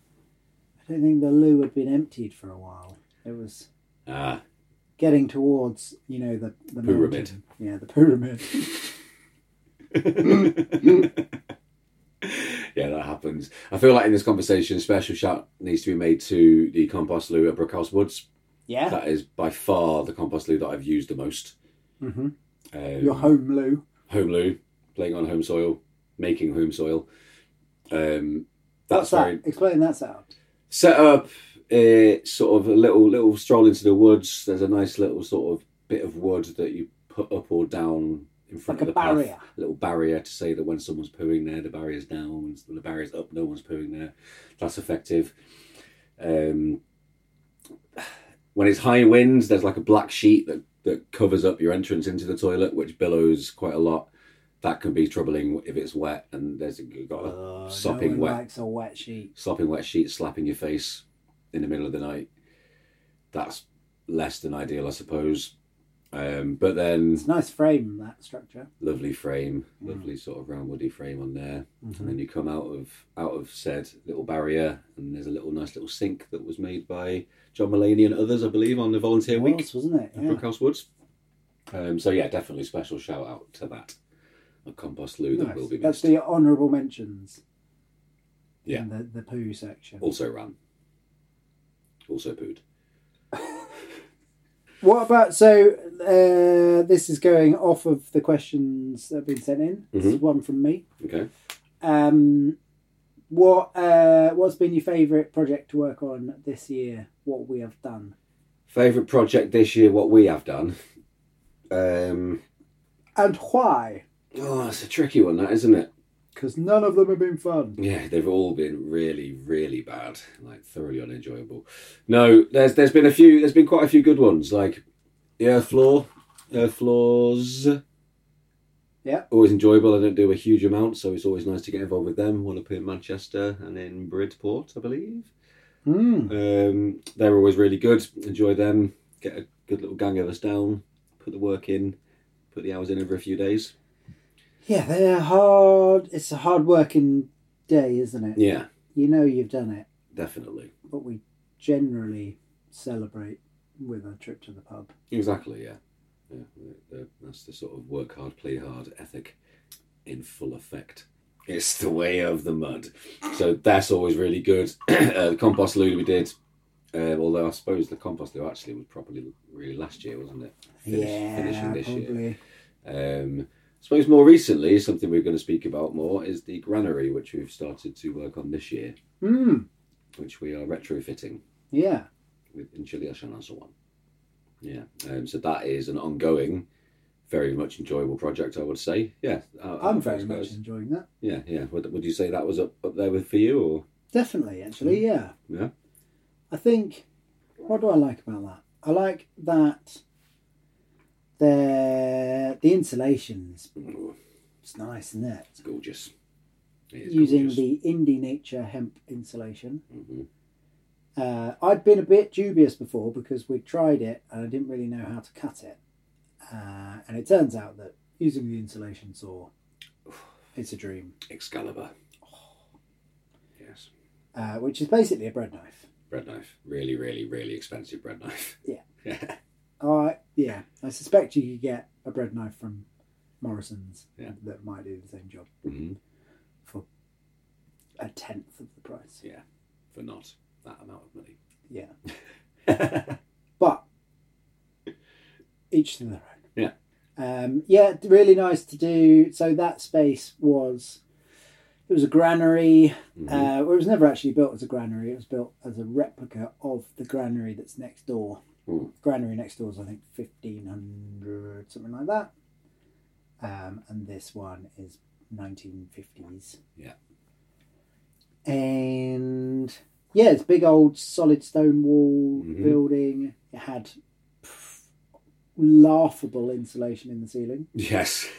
I don't think the loo had been emptied for a while. It was ah, getting towards, you know, the, the mountain. Pyramid. Yeah, the pyramid. yeah, that happens. I feel like in this conversation, special shout needs to be made to the compost loo at Brookhouse Woods. Yeah, That is by far the compost loo that I've used the most. Mhm. Um, your home loo. home loo, playing on home soil, making home soil. Um, What's that's that? very Explain that sound. set up. Uh, sort of a little little stroll into the woods. There's a nice little sort of bit of wood that you put up or down in front Like a of the path. barrier. A little barrier to say that when someone's pooing there, the barrier's down. When the barrier's up, no one's pooing there. That's effective. Um, when it's high winds, there's like a black sheet that, that covers up your entrance into the toilet, which billows quite a lot. That can be troubling if it's wet and there's you've got a Uh, no sopping one wet likes a wet sheet. sopping wet sheet slapping your face in the middle of the night. That's less than ideal, I suppose. Um, but then It's a nice frame that structure. lovely frame, Mm. lovely sort of round woody frame on there, and Mm-hmm. then you come out of out of said little barrier, and there's a little nice little sink that was made by John Mullaney and others, I believe, on the volunteer It week was, wasn't it? at Yeah. Brookhouse Woods. Um, so yeah, definitely special shout out to that. A compost loo that Nice. will be missed. That's the honourable mentions. Yeah. Oh. And the, the poo section. also ran, also pooed. What about so? Uh, this is going off of the questions that have been sent in. This Mm-hmm. is one from me. Okay. Um, what uh, what's been your favourite project to work on this year? What we have done? Favorite project this year? What we have done. Um, And why? oh, it's a tricky one, that isn't it? Because none of them have been fun. Yeah, they've all been really, really bad, like thoroughly unenjoyable. No, there's there's been a few, there's been quite a few good ones, like the Earth Floor, Earth Floors. Yeah. always enjoyable. I don't do a huge amount, so it's always nice to get involved with them. One up in Manchester and in Bridport, I believe. Hmm. Um, they're always really good. Enjoy them. Get a good little gang of us down. Put the work in. Put the hours in over a few days. Yeah, they're hard. It's a hard working day, isn't it? Yeah, You know you've done it, definitely. but we generally celebrate with a trip to the pub. Exactly, yeah. yeah. the- the- That's the sort of work hard, play hard ethic in full effect. It's the way of the mud. So that's always really good. uh, the compost loo we did, uh, although I suppose the compost loo actually was probably really last year, wasn't it? Finish- yeah, probably. um, I suppose more recently, something we're going to speak about more is the granary, which we've started to work on this year, Hmm. which we are retrofitting Yeah. with in Chile Ocean and so on. Yeah, um, so that is an ongoing, very much enjoyable project, I would say. Yeah, uh, I'm uh, very I much suppose. enjoying that. Yeah, yeah. Would, would you say that was up, up there with for you, or Definitely, Hmm. actually, yeah. yeah? I think what do I like about that? I like that the the insulations. It's nice, isn't it? It's gorgeous. It is Using gorgeous. the Indie Nature hemp insulation. Mhm. Uh, I'd been a bit dubious before because we tried it and I didn't really know how to cut it. Uh, and it turns out that using the insulation saw, it's a dream, Excalibur. Yes, uh, which is basically a bread knife. bread knife. Really, really, really expensive bread knife. Yeah. yeah, Uh, yeah, I suspect you could get a bread knife from Morrison's Yeah. that might do the same job Mhm. for a tenth of the price. yeah. For not that amount of money. Yeah. but each to their own. Yeah. Um, yeah, really nice to do. So that space was, it was a granary. Mm-hmm. Uh, well, it was never actually built as a granary. It was built as a replica of the granary that's next door. Hmm. Granary next door is I think fifteen hundred something like that, um, and this one is nineteen fifties. Yeah. And yeah, it's a big old solid stone wall Mhm. building. It had pff, laughable insulation in the ceiling, Mm-hmm. Yes.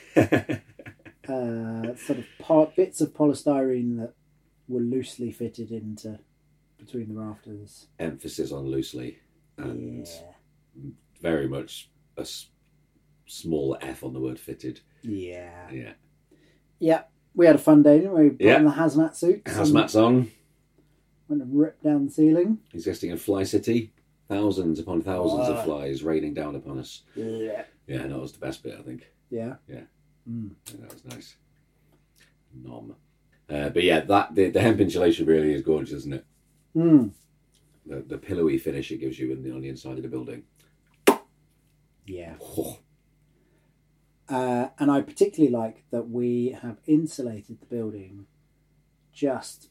uh, sort of part bits of polystyrene that were loosely fitted into between the rafters. Emphasis on loosely and. yeah. very much a s- small f on the word fitted. Yeah. Yeah. Yeah. We had a fun day, didn't we? Put Yeah. on the hazmat suits. How's and Matt's on? Went and ripped down the ceiling. Existing in Fly City. Thousands upon thousands of Right. flies raining down upon us. Yeah. Yeah, that was the best bit, I think. Yeah. Yeah. Mm. Yeah, that was nice. Nom. Uh, but yeah, that the, the hemp insulation really is gorgeous, isn't it? Mm. The, the pillowy finish it gives you in the, on the inside of the building. Yeah. Oh, Uh, and I particularly like that we have insulated the building just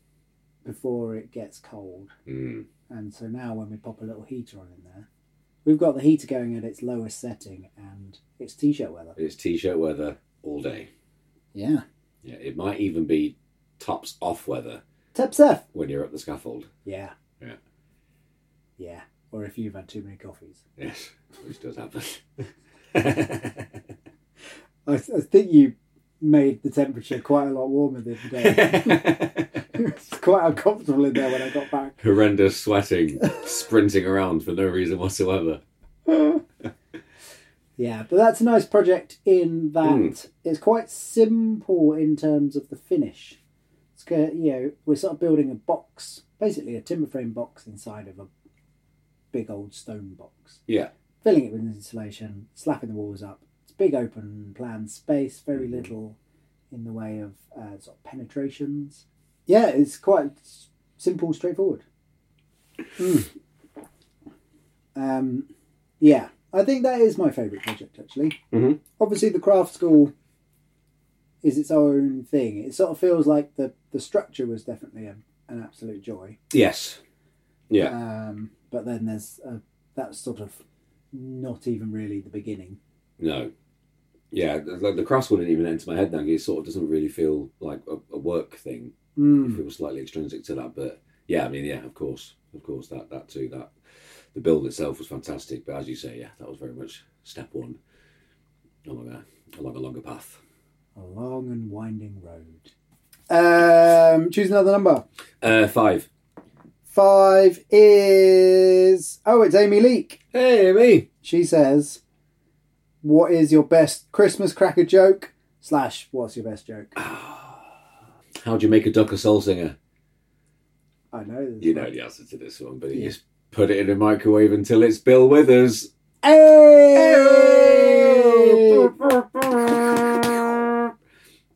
before it gets cold. mm, And so now when we pop a little heater on in there, we've got the heater going at its lowest setting and it's t shirt weather. It's t-shirt weather all day. Yeah. Yeah, it might even be tops off weather Tep Seth. when you're up the scaffold. Yeah. Yeah. Yeah. Or if you've had too many coffees. Yes, which does happen. I, I think you made the temperature quite a lot warmer the other day. it's quite uncomfortable in there when I got back. Horrendous sweating, sprinting around for no reason whatsoever. Yeah, but that's a nice project in that it's quite simple in terms of the finish. It's go- you know we're sort of building a box, basically a timber frame box inside of a big old stone box, Yeah. filling it with insulation, slapping the walls up. It's a big open plan space, very little in the way of uh, sort of penetrations. Yeah, it's quite s- simple, straightforward. Um, yeah, I think that is my favourite project actually. Mhm. Obviously, the craft school is its own thing. It sort of feels like the the structure was definitely a, an absolute joy. Yes. Yeah. Um, but then there's a, that's sort of not even really the beginning. No. Yeah, the, the- the cross one didn't even enter my head then. It sort of doesn't really feel like a, a work thing. It feels slightly extrinsic to that, but yeah, I mean, yeah, of course, of course, that that too. That the build itself was fantastic, but as you say, yeah, that was very much step one along a along a longer path. A long and winding road. Um, choose another number. Uh, five. Five is oh, it's Amy Leake. Hey, me. She says, "What is your best Christmas cracker joke?" Slash, what's your best joke? How do you make a duck a soul singer? I know. This You one. know the answer to this one, but you just put it in a microwave until it's Bill Withers. Hey!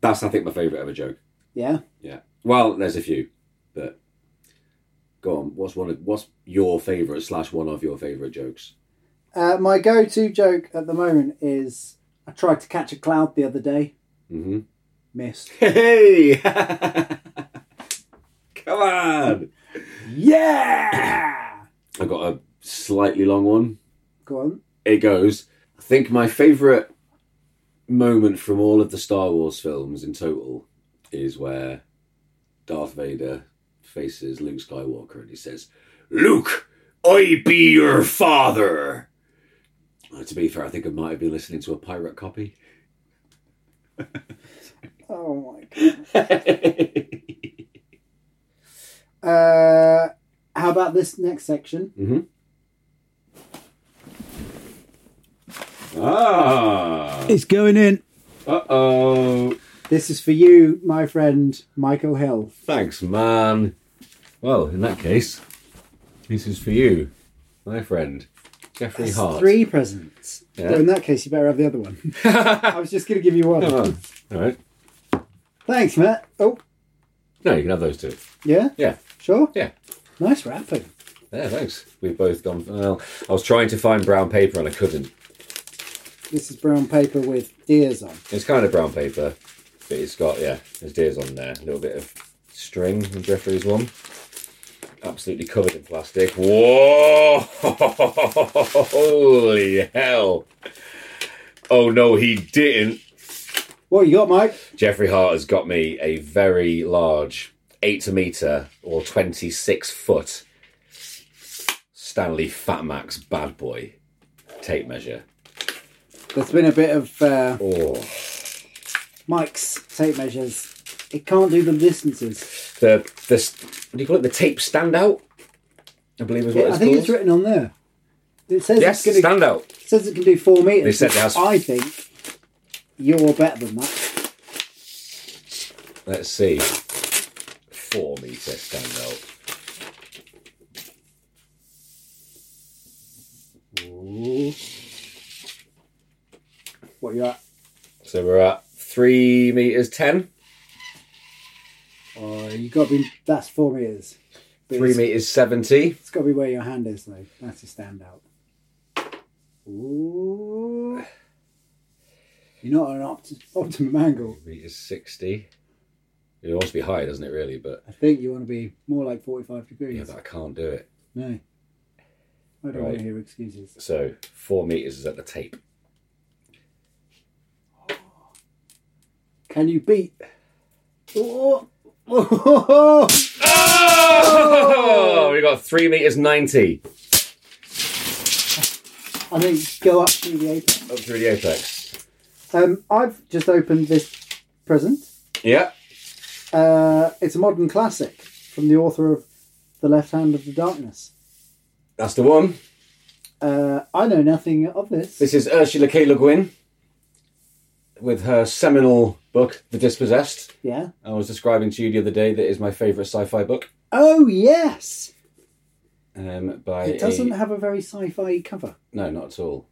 That's, I think, my favourite ever joke. Yeah. Yeah. Well, there's a few, but go on. What's one? Of, what's your favourite slash one of your favourite jokes? Uh, my go-to joke at the moment is I tried to catch a cloud the other day, Mm-hmm. missed. Hey! Come on! Yeah. I got a slightly long one. Go on. It goes. I think my favourite moment from all of the Star Wars films in total is where Darth Vader faces Luke Skywalker and he says, Luke, I be your father. Uh, to be fair, I think I might have been listening to a pirate copy. Oh my god. Uh, how about this next section? ah! It's going in. Uh oh! This is for you, my friend Michael Hill. Thanks, man. Well, in that case, this is for you, my friend, Jeffrey Hart. Three presents. Yeah. Well, in that case, you better have the other one. I was just going to give you one. Oh, all right. Thanks, Matt. Oh, No, you can have those two. yeah, Yeah, sure. yeah. Nice wrapping. Yeah, thanks. We've both gone. Well, I was trying to find brown paper and I couldn't. This is brown paper with ears on. It's kind of brown paper, but it's got, yeah, there's deers on there. A little bit of string in Jeffrey's one. Absolutely covered in plastic. Whoa! Holy hell! Oh no, he didn't. What you got, Mike? Jeffrey Hart has got me a very large, eight meter or twenty six foot Stanley Fat Max Bad Boy tape measure. There's been a bit of uh, Oh, Mike's tape measures. It can't do the distances. the the st- what do you call it? The tape standout. I believe is what I it's think called. it's written on there. It says yes, it's gonna, standout. it says it can do four meters. They said it has- I think you're better than that. Let's see. Four meter standout. What you at? So we're at three meters ten. Oh, you got to be. That's four meters. But Three it's- meters seventy. It's got to be where your hand is, though. That's a standout. Ooh. You're not at an opt- optimum angle. Meters sixty. It wants to be high, doesn't it? Really, but I think you want to be more like 45 degrees. yeah, but I can't do it. No. I don't want Right. to hear excuses. So four meters is at the tape. Can you beat? Oh, Oh, we got three meters ninety I think go up through the apex. up through the apex. Um, I've just opened this present. Yeah. Uh, it's a modern classic from the author of The Left Hand of the Darkness. That's the one. Uh, I know nothing of this. This is Ursula K. Le Guin with her seminal book, The Dispossessed. Yeah. I was describing to you the other day that is my favourite sci fi book Oh, yes! um, by. It doesn't a- have a very sci fi cover. No, not at all.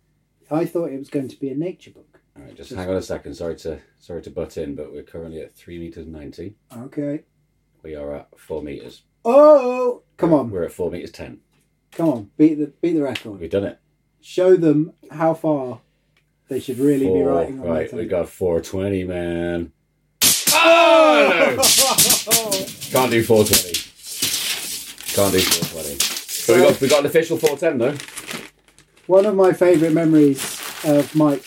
I thought it was going to be a nature book. All right, just hang on a second. Sorry to sorry to butt in, but we're currently at three meters ninety. Okay. We are at four meters. Oh! Come on. We're at four meters ten. Come on. Beat the, beat the record. We've done it. Show them how far they should really be Four, writing on right, that we thing. got four twenty, man. Oh, no! Can't do four twenty. Can't do four twenty. But we got we got an official four ten though. One of my favourite memories of Mike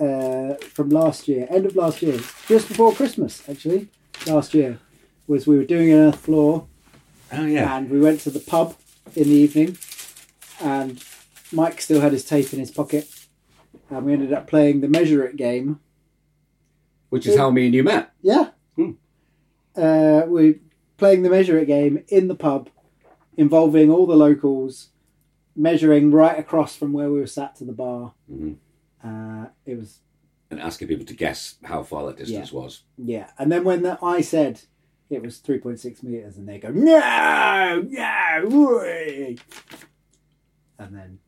uh, from last year, end of last year, just before Christmas, actually, last year, was we were doing an earth floor Oh and we went to the pub in the evening and Mike still had his tape in his pocket and we ended up playing the Measure It game. Which is how me and you met. Yeah. Hmm. Uh, we're playing the Measure It game in the pub involving all the locals measuring right across from where we were sat to the bar. Mhm. Uh, it was And asking people to guess how far that distance was. Yeah, and then when the, I said it was 3.6 meters, and they go, no, no, way." and then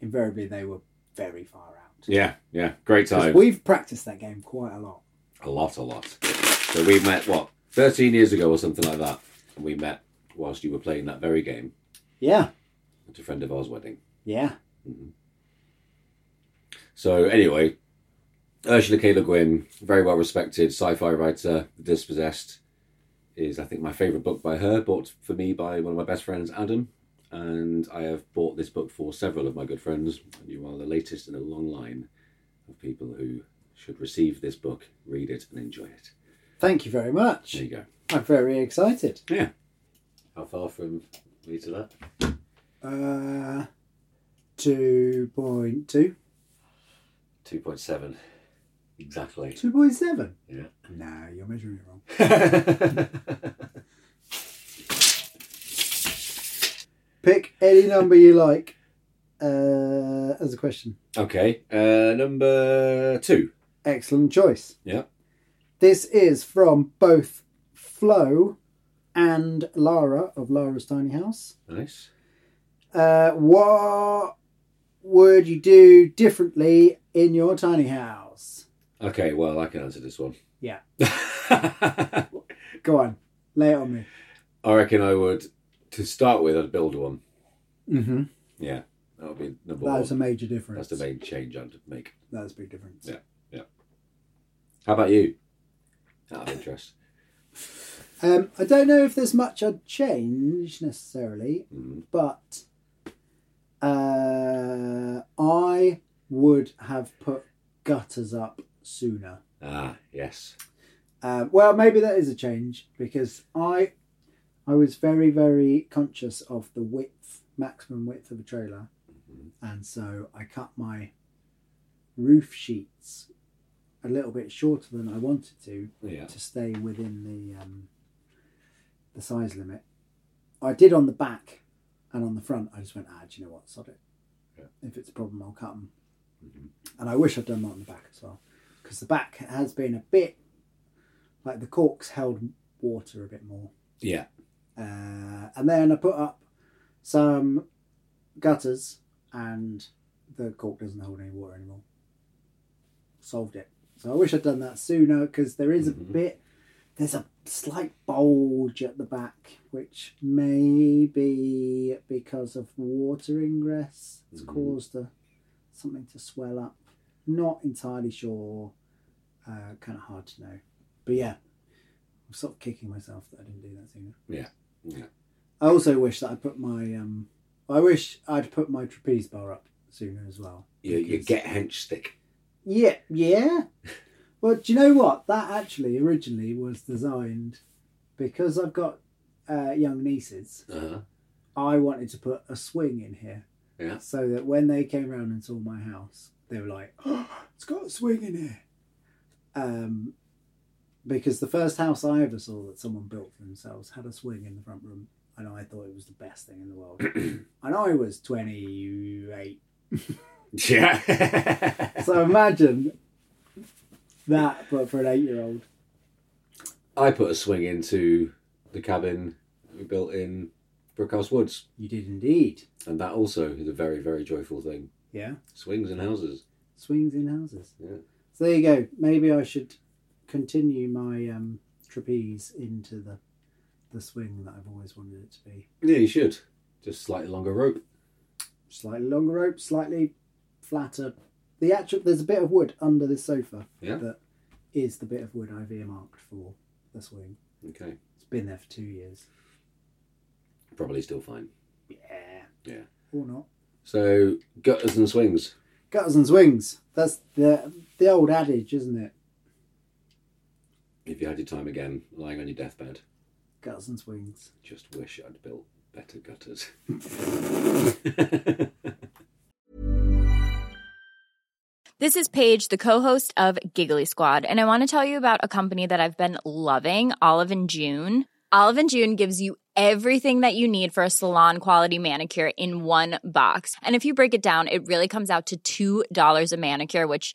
invariably they were very far out. Yeah, yeah. Great 'Cause time. We've practiced that game quite a lot. a lot, a lot. So we met what thirteen years ago or something like that, and we met whilst you were playing that very game Yeah, at a friend of ours' wedding. yeah, So anyway, Ursula K. Le Guin, very well respected sci-fi writer, The Dispossessed is I think my favourite book by her, bought for me by one of my best friends, Adam. And I have bought this book for several of my good friends, and you are the latest in a long line of people who should receive this book, read it, and enjoy it. thank you very There much. you go. I'm very excited. Yeah. How far from me to that? Uh, 2.2, 2.7. Exactly. 2.7. Yeah. No, you're measuring it wrong. Pick any number you like uh, as a question. okay. Uh, number two. Excellent choice. Yeah. This is from both Flo and Lara of Lara's Tiny House. Nice. Uh, what would you do differently in your tiny house? Okay. Well, I can answer this one. Yeah. I Go on, lay it on me. reckon I would, to start with, I'd build one. Mm-hmm. Yeah. That would be number That's a one. major difference. That's the main change I'd make. That's a big difference. Yeah. How about you? Out of interest. Um, I don't know if there's much I'd change necessarily, Mhm. but uh, I would have put gutters up sooner. Ah, yes. Um, well, maybe that is a change because I, I was very very conscious of the width, maximum width of a trailer, and so I cut my roof sheets a little bit shorter than I wanted to Yeah. to stay within the um, the size limit. I did on the back and on the front. I just went, ah, do you know what? Sod it. Yeah. Mm-hmm. If it's a problem, I'll cut them. And I wish I'd done that on the back as well, because the back has been a bit like the corks held water a bit more. Yeah. Uh, and then I put up some gutters, and the cork doesn't hold any water anymore. Solved it. So I wish I'd done that sooner because there is a bit, there's a slight bulge at the back, which may be because of water ingress. It's caused a, something to swell up. Not entirely sure. Uh, kind of hard to know. But yeah, I'm sort of kicking myself that I didn't do that sooner. Yeah. Yeah. I also wish that I put my um. I wish I'd put my trapeze bar up sooner as well. You, you because- get hench stick. yeah yeah. Well, do you know what? That actually originally was designed because I've got uh, young nieces. Uh-huh. I wanted to put a swing in here Yeah. so that when they came round and saw my house, they were like, "Oh, it's got a swing in here." Um, because the first house I ever saw that someone built for themselves had a swing in the front room, and I thought it was the best thing in the world. and I was 28. Yeah. So imagine that, but for an eight year old. I put a swing into the cabin we built in Brookhouse Woods, You did indeed. and that also is a very, very joyful thing. Yeah. Swings and houses. Swings in houses. Yeah. So there you go. Maybe I should continue my um, trapeze into the the swing that I've always wanted it to be. Yeah, you should. Just slightly longer rope. Slightly longer rope, slightly flatter. The actual there's a bit of wood under this sofa Yeah. that is the bit of wood I've earmarked for the swing. Okay. It's been there for two years. Probably still fine. Yeah. Yeah. Or not. So gutters and swings. Gutters and swings. That's the the old adage, isn't it? If you had your time again, lying on your deathbed, Gutters and swings. just wish I'd built better gutters. This is Paige, the co-host of Giggly Squad, and I want to tell you about a company that I've been loving, Olive and June. Olive and June gives you everything that you need for a salon quality manicure in one box. And if you break it down, it really comes out to $2 a manicure, which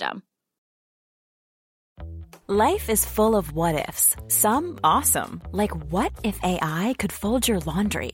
Life is full of what ifs. Some awesome, like what if AI could fold your laundry?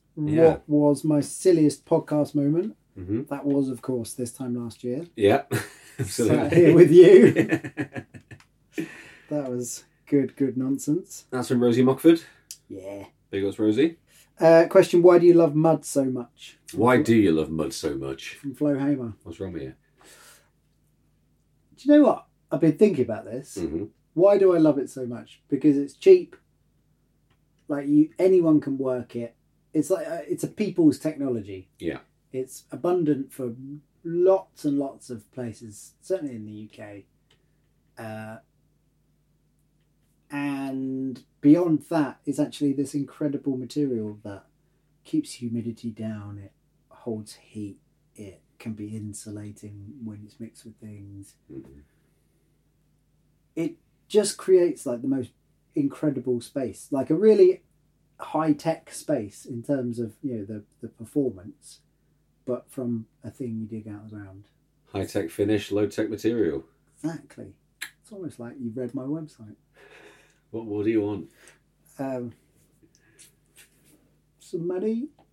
Yeah. "What was my silliest podcast moment?" Mhm. That was, of course, this time last year. yeah. Sat here with you. that was good, good nonsense. That's from Rosie Mockford. Yeah. Big ups, Rosie. Uh, question: Why do you love mud so much? Why do you love mud so much? From Flo Hamer. What's wrong with you? Do you know what? I've been thinking about this. Mm-hmm. Why do I love it so much? Because it's cheap. Like you, anyone can work it. It's like uh, it's a people's technology. Yeah. It's abundant for lots and lots of places, certainly in the UK. Uh, and beyond that is actually this incredible material that keeps humidity down, it holds heat, it can be insulating when it's mixed with things. Mm-hmm. It just creates like the most incredible space, like a really high tech space in terms of you know the, the performance but from a thing you dig out of the ground. High tech finish, low tech material. Exactly. It's almost like you read my website. What more do you want? Um, some money.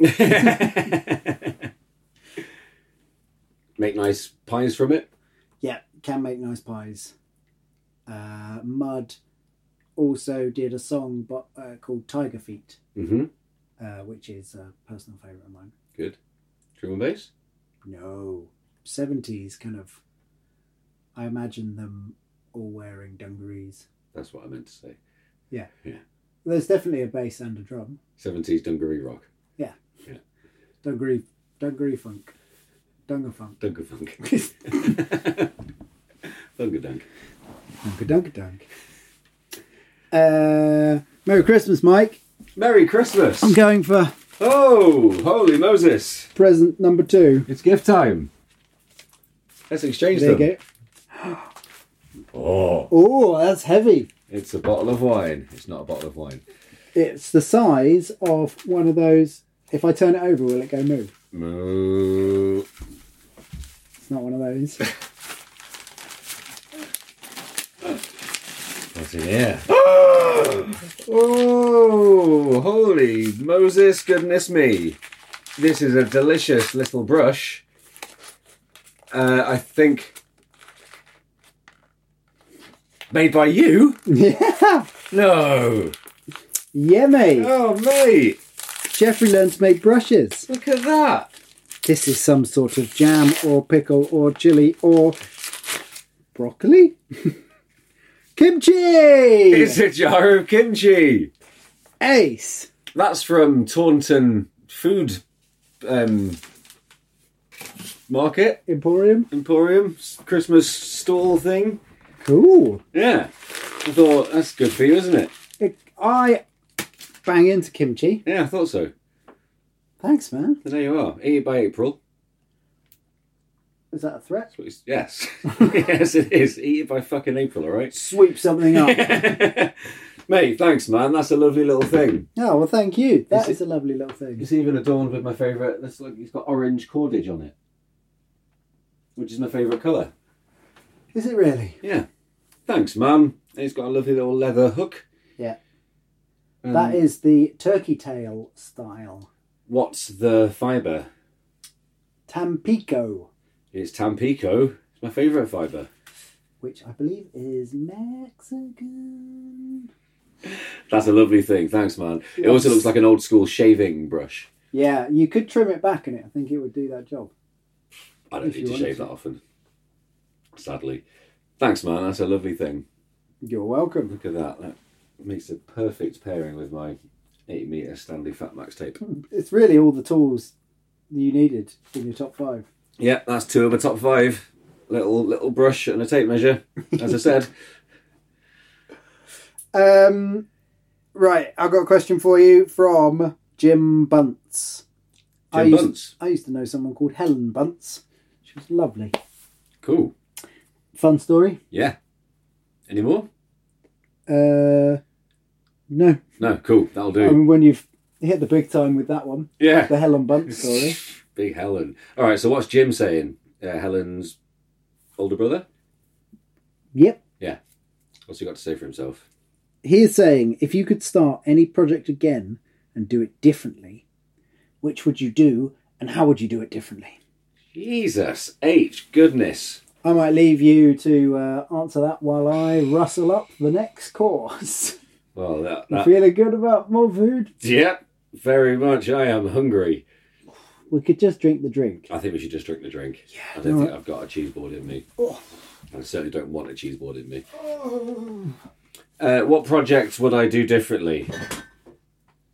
Make nice pies from it. Yeah, can make nice pies. Uh, Mud also did a song but, uh, called Tiger Feet, Mm-hmm. uh, which is a personal favourite of mine. Good. Drum and bass. No. 70s kind of. I imagine them all wearing dungarees. That's what I meant to say. Yeah. Yeah. There's definitely a bass and a drum. Seventies dungaree rock. Yeah. Yeah. Dungaree, dungaree funk, dunga funk, Dunker funk. Dunker dunk. dunga dunga dunk. Uh, Merry Christmas, Mike. Merry Christmas. I'm going for oh, holy Moses! present number two. It's gift time. Let's exchange There you them. go. Oh, Oh, that's heavy. it's a bottle of wine. It's not a bottle of wine. It's the size of one of those. If I turn it over, will it go move? Moo. It's not one of those. What's in here? Oh! oh, holy Moses, goodness me. This is a delicious little brush. Uh, I think made by you. Yeah, No. yeah, mate. Oh, mate. Jeffrey learned to make brushes. Look at that. This is some sort of jam or pickle or chili or broccoli. Kimchi. It's a jar of kimchi. Ace. That's from Taunton Food um, Market Emporium. Emporium s- Christmas stall thing. Cool. Yeah. I thought that's good for you, isn't it? It- I bang into kimchi. Yeah, I thought so. Thanks, man. There you are. Eat it by April. Is that a threat? That's what it's- Yes. yes, it is. Eat it by fucking April, all right? Sweep something up. Mate, thanks, man. That's a lovely little thing. oh, well, thank you. That Is is, it- a lovely little thing. It's even adorned with my favourite. This look, it's got orange cordage on it, which is my favourite colour. Is it really? Yeah. Thanks, man. And it's got a lovely little leather hook. Yeah. Um, that is the turkey tail style. What's the fibre? Tampico, It's Tampico. It's my favourite fibre. which I believe is Mexican. That's a lovely thing. Thanks, man. It also Yes. looks like an old school shaving brush. Yeah, you could trim it back in it. I think it would do that job. I don't If need you to wanted shave to. that often, sadly. Thanks, man. That's a lovely thing. You're welcome. Look at that. That makes a perfect pairing with my 8 metre Stanley Fat Max tape. It's really all the tools that you needed in your top five. Yeah, that's two of my top five. Little little brush and a tape measure, as I said. Um, right, I've got a question for you from Jim Bunce. I Jim used, Bunce. I used to know someone called Helen Bunce. She was lovely. Cool. Fun story. Yeah. Any more? Uh, no, No, cool. That'll do. I mean, when you've hit the big time with that one, the yeah. Helen Bunce story. Big Helen. All right, so what's Jim saying? Uh, Helen's older brother? Yep. Yeah. What's he got to say for himself? He is saying if you could start any project again and do it differently, which would you do and how would you do it differently? Jesus H. Goodness. I might leave you to uh, answer that while I rustle up the next course. Well, that. You that feeling good about more food? yep. Very much. I am hungry. We could just drink the drink. I think we should just drink the drink. Yeah, I Oh. don't think I've got a cheese board in me. I certainly don't want a cheese board in me. Uh, what project would I do differently?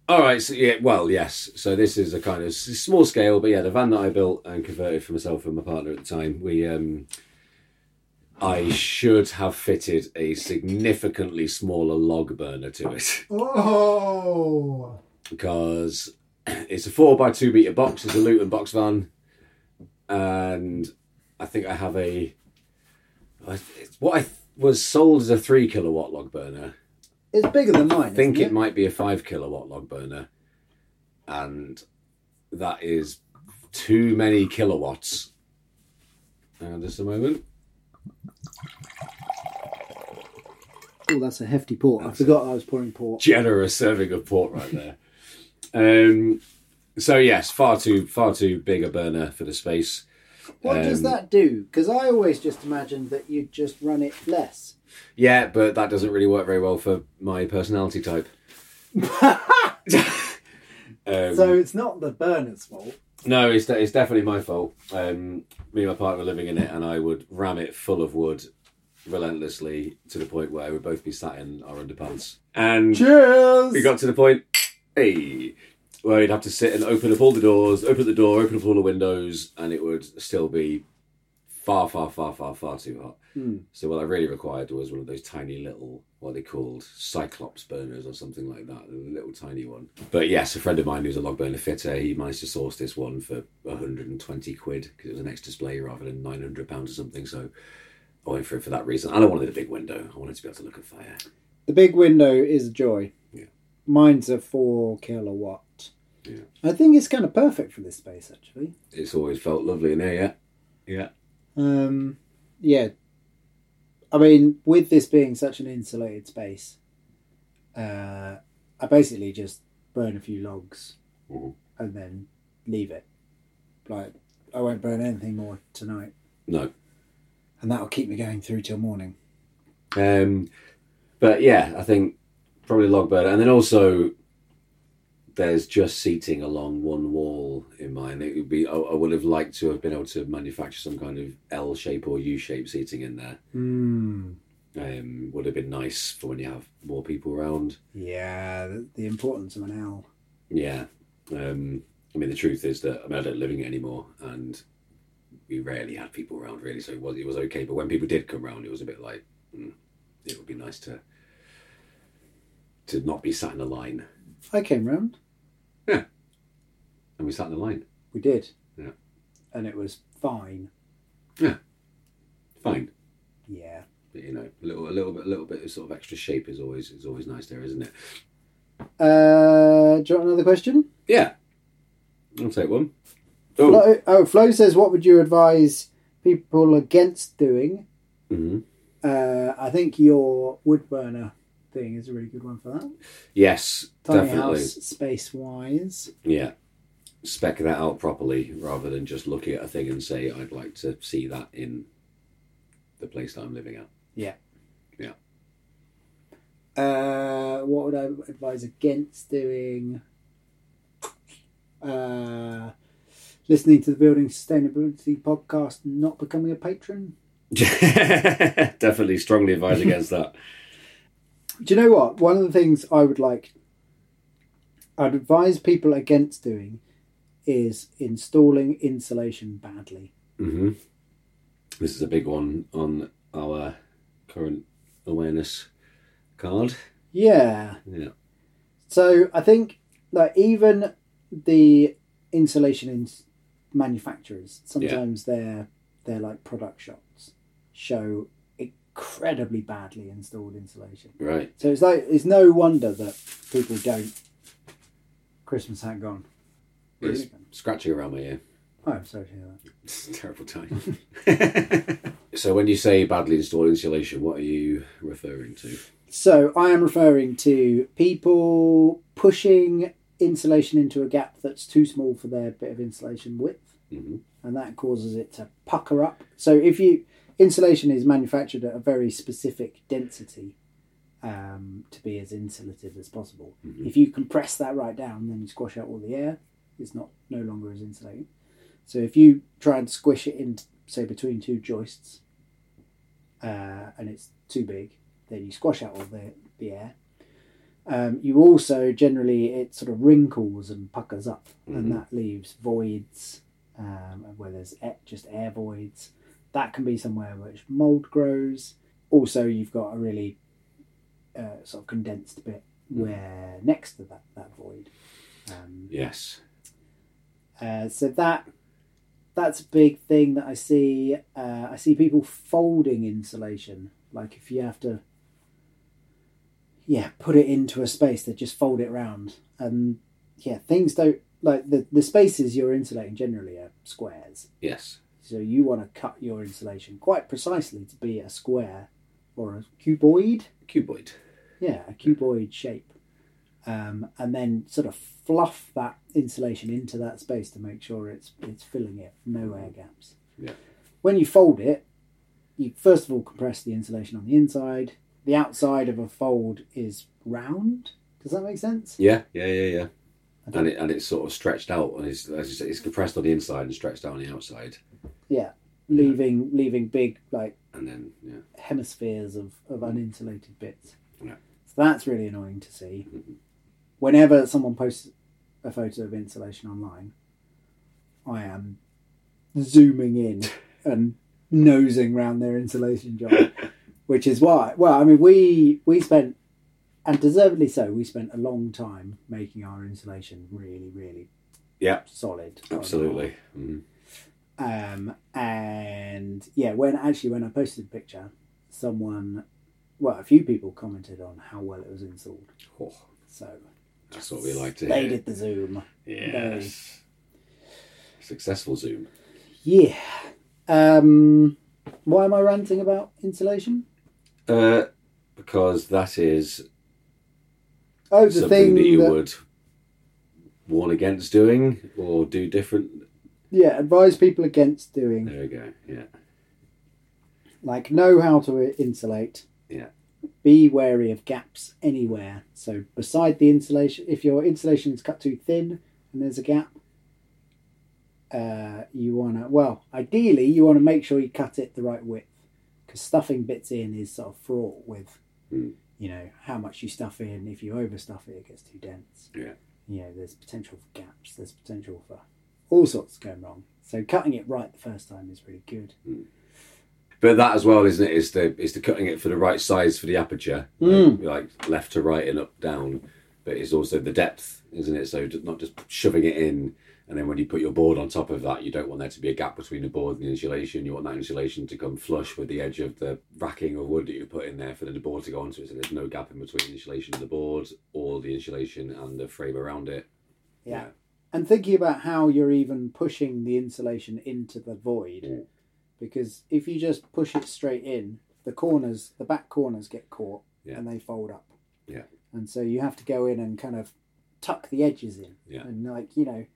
All right, so yeah, well, yes. So this is a kind of s- small scale, but yeah, the van that I built and converted for myself and my partner at the time, we, um, I should have fitted a significantly smaller log burner to it Oh, because it's a four by two meter box. It's a Luton box van, and I think I have a. I- It's what I th- was sold as a three kilowatt log burner. It's bigger than mine. I think isn't it might be a five kilowatt log burner, and that is too many kilowatts. Hang on just a moment. Oh, that's a hefty port. I forgot I was pouring port. Generous serving of port right there. um, so yes, far too far too big a burner for the space. What does Um, that do? Because I always just imagined that you'd just run it less. Yeah, but that doesn't really work very well for my personality type. um, So it's not the burner's fault. no, it's, de- it's definitely my fault. Um, me and my partner were living in it, and I would ram it full of wood relentlessly to the point where we'd both be sat in our underpants. And Cheers! we got to the point, hey, where you'd have to sit and open up all the doors, open the door, open up all the windows, and it would still be far, far, far, far, far too hot. So what I really required was one of those tiny little, what they called cyclops burners or something like that, a little tiny one. But yes, a friend of mine who's a log burner fitter, he managed to source this one for 120 quid because it was an ex display rather than 900 pounds or something. So I went for it for that reason. And I wanted a big window. I wanted to be able to look at fire. The big window is a joy. Yeah. Mine's a four kilowatt. Yeah. I think it's kind of perfect for this space, actually. It's always felt lovely in here. Yeah. Yeah. Um, yeah. Um, I mean, with this being such an insulated space, uh, I basically just burn a few logs Mhm. and then leave it. Like, I won't burn anything more tonight, No. and that'll keep me going through till morning. Um, but yeah, I think probably log burner. And then also, there's just seating along one wall in mine. It would be I, I would have liked to have been able to manufacture some kind of L shape or U shape seating in there. Mm. Um, would have been nice for when you have more people around. Yeah, the, the importance of an owl. Yeah. Um, I mean, the truth is that I, mean, I don't live in it anymore, and we rarely had people around really, so it was it was okay. But when people did come round, it was a bit like mm, it would be nice to to not be sat in a line. I came round. And we sat in a line. We did. Yeah. And it was fine. Fine, Yeah. but, you know, a little a little bit a little bit of sort of extra shape is always is always nice there, isn't it? Uh, do you want another question? Yeah, I'll take one. Oh, Flo, oh, Flo says, what would you advise people against doing? mhm. Uh, I think your wood burner thing is a really good one for that. yes, Tiny definitely. house, space wise. Yeah. Spec that out properly rather than just look at a thing and say, I'd like to see that in the place that I'm living at. Yeah. Yeah. Uh, what would I advise against doing? Uh, listening to the Building Sustainability podcast, not becoming a patron. Definitely strongly advise against that. Do you know what? One of the things I would like, I'd advise people against doing, is installing insulation badly. hmm This is a big one on our current awareness card. Yeah. Yeah. So I think like even the insulation in manufacturers sometimes their their like product shots show incredibly badly installed insulation. Right. So it's like it's no wonder that people don't. Christmas hat gone. It's scratching around my ear. Oh, I'm sorry to hear that. It's a terrible time. so when you say badly installed insulation, what are you referring to? So I am referring to people pushing insulation into a gap that's too small for their bit of insulation width. hmm and that causes it to pucker up. So if you insulation is manufactured at a very specific density um, to be as insulative as possible. If you compress that right down, then you squash out all the air. It's not no longer as insulating. So if you try and squish it in, say between two joists, uh, and it's too big, then you squash out all the the air. Um, you also generally it sort of wrinkles and puckers up, and that leaves voids um, where there's a- just air voids. That can be somewhere which mold grows. Also, you've got a really uh, sort of condensed bit where next to that that void. Um, Yes. uh, so that that's a big thing that I see. Uh, I see people folding insulation. Like if you have to, yeah, put it into a space, they just fold it round, and yeah, things don't like the the spaces you're insulating generally are squares. Yes. So you want to cut your insulation quite precisely to be a square or a cuboid. Cuboid. Yeah, a cuboid shape. Um, and then sort of fluff that insulation into that space to make sure it's it's filling it, no air gaps. Mm-hmm. Yeah. When you fold it, you first of all compress the insulation on the inside. The outside of a fold is round. Does that make sense? Yeah, yeah, yeah, yeah. And it and it's sort of stretched out, and it's as you say, it's compressed on the inside and stretched out on the outside, Yeah. Leaving leaving big like and then yeah, hemispheres of, of uninsulated bits. Yeah. So that's really annoying to see. Whenever someone posts a photo of insulation online, I am zooming in and nosing round their insulation job, which is why. Well, I mean, we we spent, and deservedly so, we spent a long time making our insulation really, really yeah, solid. absolutely. Mm. Um, and yeah, when actually when I posted the picture, someone, well, a few people commented on how well it was installed. Oh, So that's what we like to they hear. did the zoom. Yes, successful Zoom. Yeah. Um, why am I ranting about insulation? Uh, because that is Oh, the something thing that you that- would warn against doing or do different. Yeah, advise people against doing. There we go. Yeah. Like, know how to insulate. Yeah. Be wary of gaps anywhere. So, beside the insulation, if your insulation is cut too thin and there's a gap, uh, you want to, well, ideally, you want to make sure you cut it the right width because stuffing bits in is sort of fraught with, Hmm. you know, how much you stuff in. If you overstuff it, it gets too dense. Yeah. You know, there's potential for gaps, there's potential for all sorts going wrong. So, cutting it right the first time is really good. But that as well, isn't it? Is the is the cutting it for the right size for the aperture, like- like, left to right and up down. But it's also the depth, isn't it? So d- not just shoving it in, and then when you put your board on top of that, you don't want there to be a gap between the board and the insulation. You want that insulation to come flush with the edge of the racking of wood that you put in there for the board to go onto it. So there's no gap in between the insulation of the board or the insulation and the frame around it. Yeah. And thinking about how you're even pushing the insulation into the void, Yeah. because if you just push it straight in, the corners, the back corners get caught Yeah. and they fold up. Yeah. And so you have to go in and kind of tuck the edges in. Yeah. And like, you know,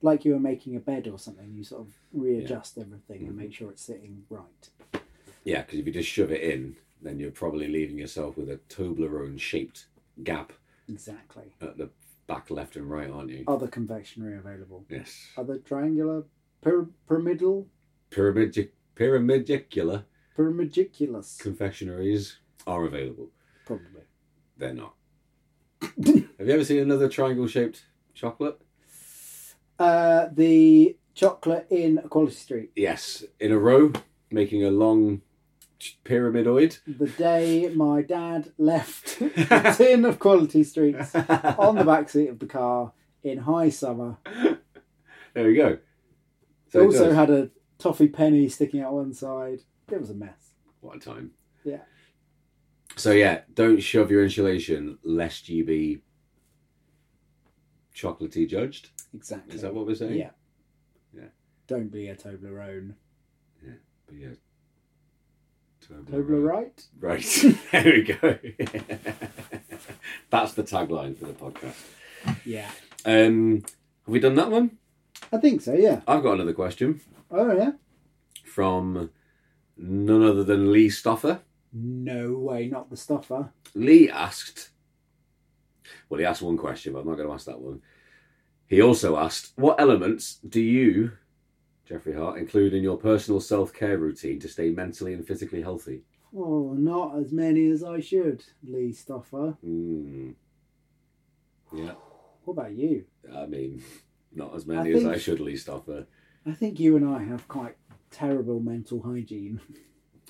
like you were making a bed or something, you sort of readjust everything Mm-hmm. and make sure it's sitting right. Yeah, because if you just shove it in, then you're probably leaving yourself with a Toblerone shaped gap Exactly. at the back left and right, aren't you? Other confectionery available. Yes. Other triangular, pyra- pyramidal, Pyramidic, pyramidicular pyramidiculous, confectionaries are available. probably. They're not. Have you ever seen another triangle shaped chocolate? Uh, the chocolate in Equality Street. Yes, in a row, making a long ch- pyramidoid. The day my dad left the tin of Quality Streets on the back seat of the car in high summer. There we go. It it also does. had a toffee penny sticking out one side. It was a mess. What a time. Yeah. So yeah, don't shove your insulation lest you be chocolatey judged. Exactly. Is that what we're saying? Yeah. Yeah. Don't be a Toblerone. But yeah. Toblerone. Toblerite? Right. there we go. That's the tagline for the podcast. Yeah. Um, have we done that one? I think so, yeah. I've got another question Oh, yeah? from none other than Lee Stoffer. No way, not the stuffer. Lee asked, well, he asked one question, but I'm not going to ask that one. He also asked, what elements do you, Jeffrey Hart, include in your personal self care routine to stay mentally and physically healthy? Oh, not as many as I should, Lee Stuffer. Mm. Yeah, What about you? I mean, not as many as think- I should, Lee Stoffer. I think you and I have quite terrible mental hygiene.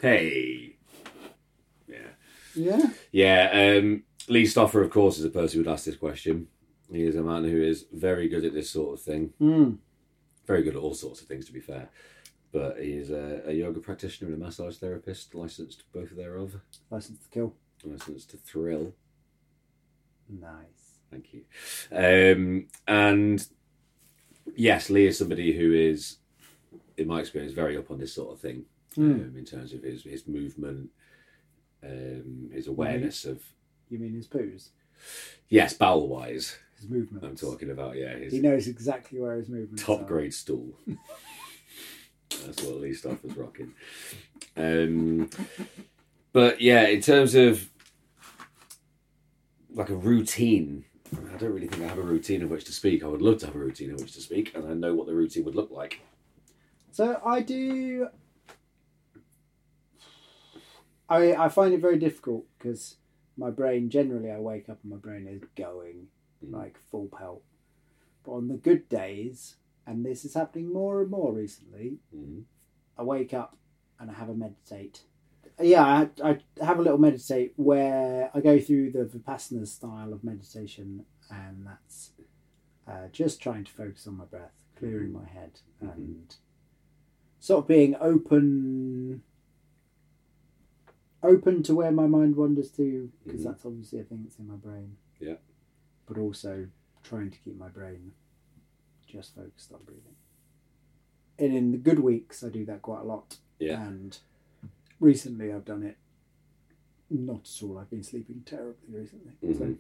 Hey. Yeah. Yeah. Yeah. Um, Lee Stoffer, of course, is the person who would ask this question. He is a man who is very good at this sort of thing. Mm. Very good at all sorts of things, to be fair. But he is a, a yoga practitioner and a massage therapist, licensed both thereof, License to kill. licensed to thrill. Nice. Thank you. Um, and yes, Lee is somebody who is, in my experience, very up on this sort of thing um, in terms of his, his movement, um, his awareness of, You mean his poos? yes, bowel wise. His movements. I'm talking about, yeah, He his knows exactly where his movements are. top grade stool. That's what Lee Staff was rocking. Um, but yeah, in terms of like a routine, I don't really think I have a routine of which to speak. I would love to have a routine of which to speak, and I know what the routine would look like. So I do. I I find it very difficult because my brain generally I wake up and my brain is going Hmm. like full pelt. But on the good days, and this is happening more and more recently, Mhm. I wake up and I have a meditate. Yeah, I, I have a little meditate where I go through the Vipassana style of meditation, and that's uh, just trying to focus on my breath, clearing my head, and sort of being open open to where my mind wanders to because Mhm. that's obviously a thing that's in my brain Yeah. but also trying to keep my brain just focused on breathing and in the good weeks i do that quite a lot Yeah. and recently i've done it Not at all. I've been sleeping terribly recently. So. Mhm.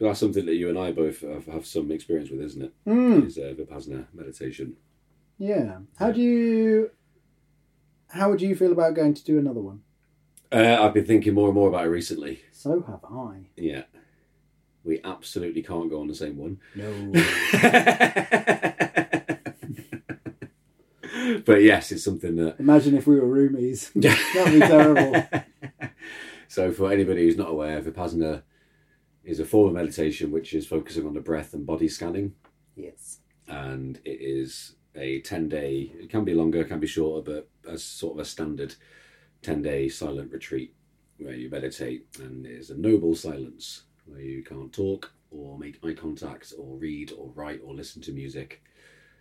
That's something that you and I both have, have some experience with, isn't it? Mm, Is uh, vipassana meditation. yeah. How do you? How would you feel about going to do another one? Uh, I've been thinking more and more about it recently. So have I. Yeah, we absolutely can't go on the same one. No. but yes, it's something that Imagine if we were roomies. That'd be terrible. So, for anybody who's not aware, Vipassana is a form of meditation which is focusing on the breath and body scanning, Yes. and it is a 10 day, it can be longer, it can be shorter, but as sort of a standard 10 day silent retreat where you meditate and there's a noble silence where you can't talk or make eye contact or read or write or listen to music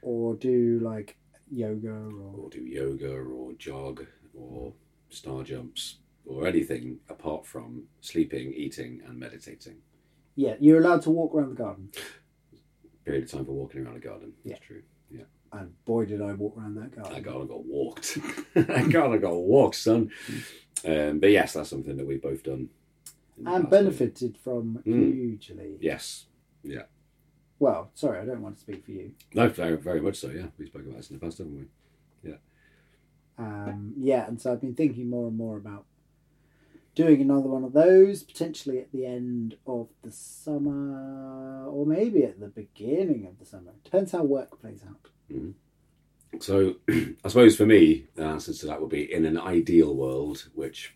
Or do like yoga or or do yoga or jog or star jumps or anything apart from sleeping, eating, and meditating. yeah. You're allowed to walk around the garden, period of time for walking around a garden. That's true. Yeah. and boy, did I walk around that That garden. garden got walked. that garden got walked, son. Um, but yes, that's something that we've both done. in the And past, haven't we? benefited from Mm. hugely. Yes. Yeah. Well, sorry, I don't want to speak for you. No, very, very much so. Yeah. We spoke about this in the past, haven't we? Um, yeah, and so I've been thinking more and more about doing another one of those, potentially at the end of the summer, or maybe at the beginning of the summer. Depends how work plays out. So I suppose for me, the answer to that would be in an ideal world, which,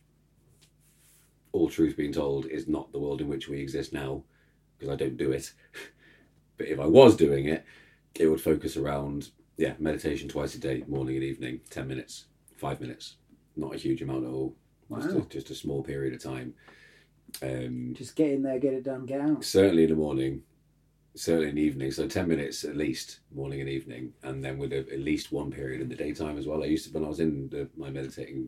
all truth being told, is not the world in which we exist now, because I don't do it. but if I was doing it, it would focus around, yeah, meditation twice a day, morning and evening, 10 minutes, five minutes, not a huge amount at all, just, a, Wow. just a small period of time. Um, Just get in there, get it done, get out. certainly in the morning, certainly in the evening. So ten minutes at least, morning and evening, and then with a, at least one period in the daytime as well. I used to when I was in the, my meditating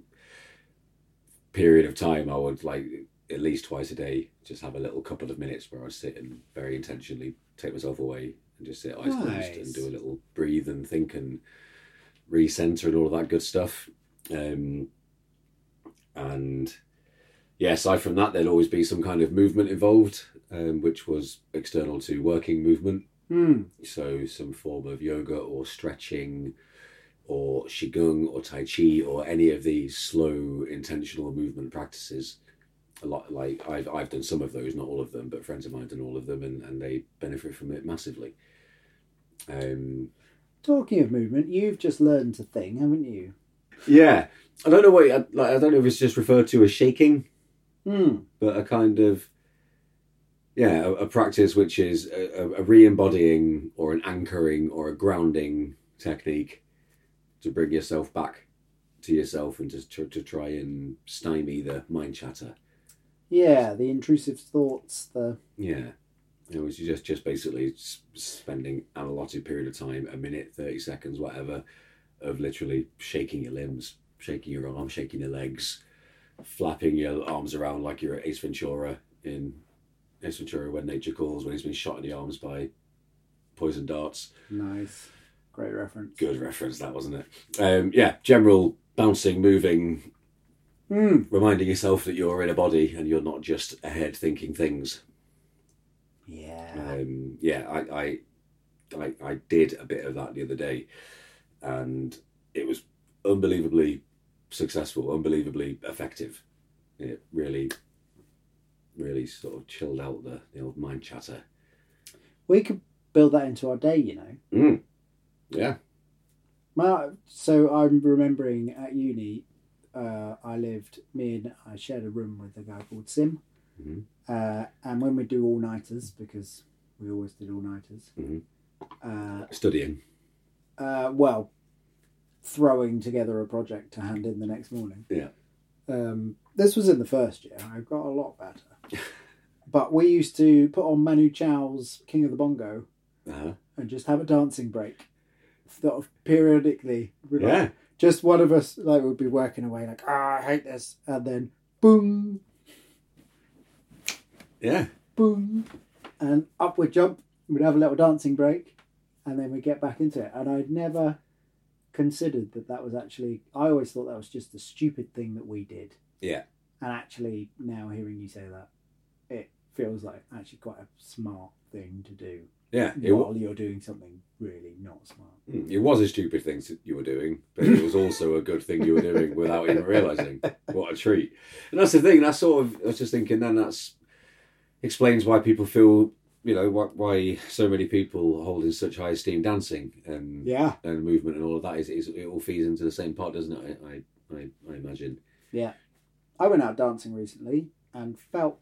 period of time, I would like at least twice a day just have a little couple of minutes where I'd sit and very intentionally take myself away and just sit eyes closed Nice. and do a little breathe and think and recenter and all of that good stuff. Um, and yeah, aside from that, there'd always be some kind of movement involved, um, which was external to working movement. Hmm. So some form of yoga or stretching or Qigong or Tai Chi or any of these slow, intentional movement practices. A lot like I've, I've done some of those, not all of them, but friends of mine have done all of them and, and they benefit from it massively. Um, Talking of movement, you've just learned a thing, haven't you? yeah, I don't know what I, like, I don't know if it's just referred to as shaking Hmm. but a kind of yeah a, a practice which is a, a- a re-embodying or an anchoring or a grounding technique to bring yourself back to yourself and to, to, to try and stymie the mind chatter Yeah, the intrusive thoughts, the yeah it was just just basically s- spending an allotted period of time a minute 30 seconds whatever of literally shaking your limbs shaking your arm shaking your legs flapping your arms around like you're at ace ventura in ace ventura when nature calls when he's been shot in the arms by poison darts nice, great reference. good reference that wasn't it um yeah general bouncing moving Hmm. reminding yourself that you're in a body and you're not just a head thinking things Yeah. um, yeah, I, I, I, I did a bit of that the other day, and it was unbelievably successful, unbelievably effective. It really, really sort of chilled out the, the old mind chatter. We could build that into our day, you know. Mm. Yeah. My, so I'm remembering at uni, uh, I lived, me and I shared a room with a guy called Sim. Mhm. Uh, and when we do all nighters, because we always did all nighters, Mhm. uh, Studying. uh, well, throwing together a project to hand in the next morning. Yeah. Um, this was in the first year. I got a lot better. but we used to put on Manu Chao's King of the Bongo Uh-huh. and just have a dancing break. Sort of periodically. We'd like- Yeah. just one of us like would be working away like ah I hate this and then boom Yeah. boom and up would jump we'd have a little dancing break and then we'd get back into it and I'd never considered that that was actually I always thought that was just a stupid thing that we did Yeah. And actually, now hearing you say that, it feels like actually quite a smart thing to do Yeah, it, while wa- you're doing something really not smart. mm, it was a stupid thing that you were doing, but it was also a good thing you were doing without even realizing. What a treat! And that's the thing. That's sort of. I was just thinking. Then that's explains why people feel. You know why, why so many people hold in such high esteem dancing and Yeah, and movement and all of that is, is it all feeds into the same part, doesn't it? I I, I, I imagine. yeah. I went out dancing recently and felt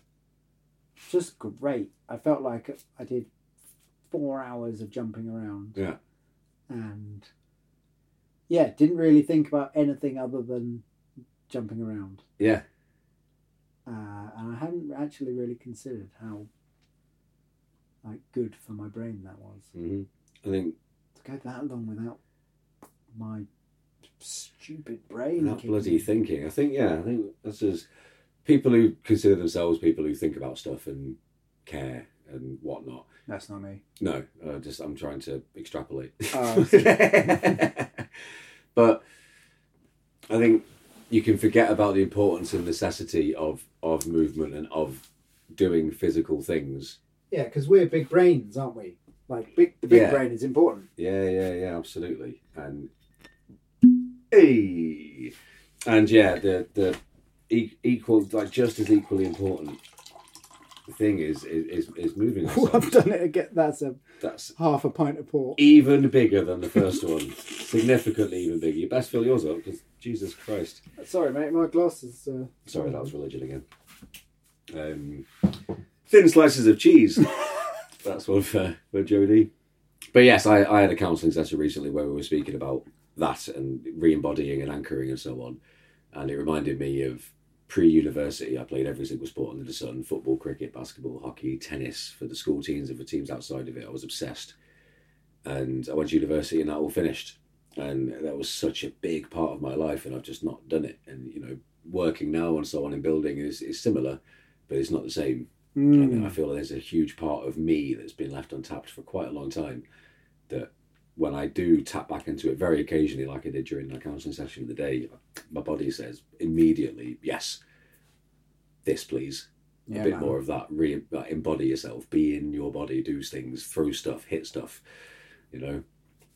just great. I felt like I did four hours of jumping around. Yeah. and yeah, didn't really think about anything other than jumping around. Yeah. Uh, and I hadn't actually really considered how like good for my brain that was hmm I think to go that long without my stupid brain. that kicking bloody in. thinking. I think yeah. I think that's just people who consider themselves people who think about stuff and care and whatnot. That's not me. No, uh, just I'm trying to extrapolate. Oh, I but I think you can forget about the importance and necessity of of movement and of doing physical things Yeah, because we're big brains, aren't we? Like big, the big Yeah. brain is important. Yeah, yeah, yeah, absolutely. And hey, and yeah, the the e- equal, like just as equally important thing is is is, is moving. Oh, I've ourselves. done it again. That's a That's half a pint of port. even bigger than the first one. Significantly even bigger. You best fill yours up because Jesus Christ. Sorry, mate, my glasses. Uh... Sorry, that was religion again. Um, thin slices of cheese. That's one for, for Jodie. But yes, I, I had a counselling session recently where we were speaking about that and re-embodying and anchoring and so on. And it reminded me of pre-university. I played every single sport under the sun: football, cricket, basketball, hockey, tennis for the school teams and for teams outside of it. I was obsessed. And I went to university, and that all finished. And that was such a big part of my life, and I've just not done it. And you know, working now and so on in building is, is similar, but it's not the same. Hmm. And I feel there's a huge part of me that's been left untapped for quite a long time. That when I do tap back into it very occasionally, like I did during that counselling session of the day, my body says immediately, yes, this please. Yeah, a bit man. more of that. Re like, embody yourself, be in your body, do things, throw stuff, hit stuff, you know.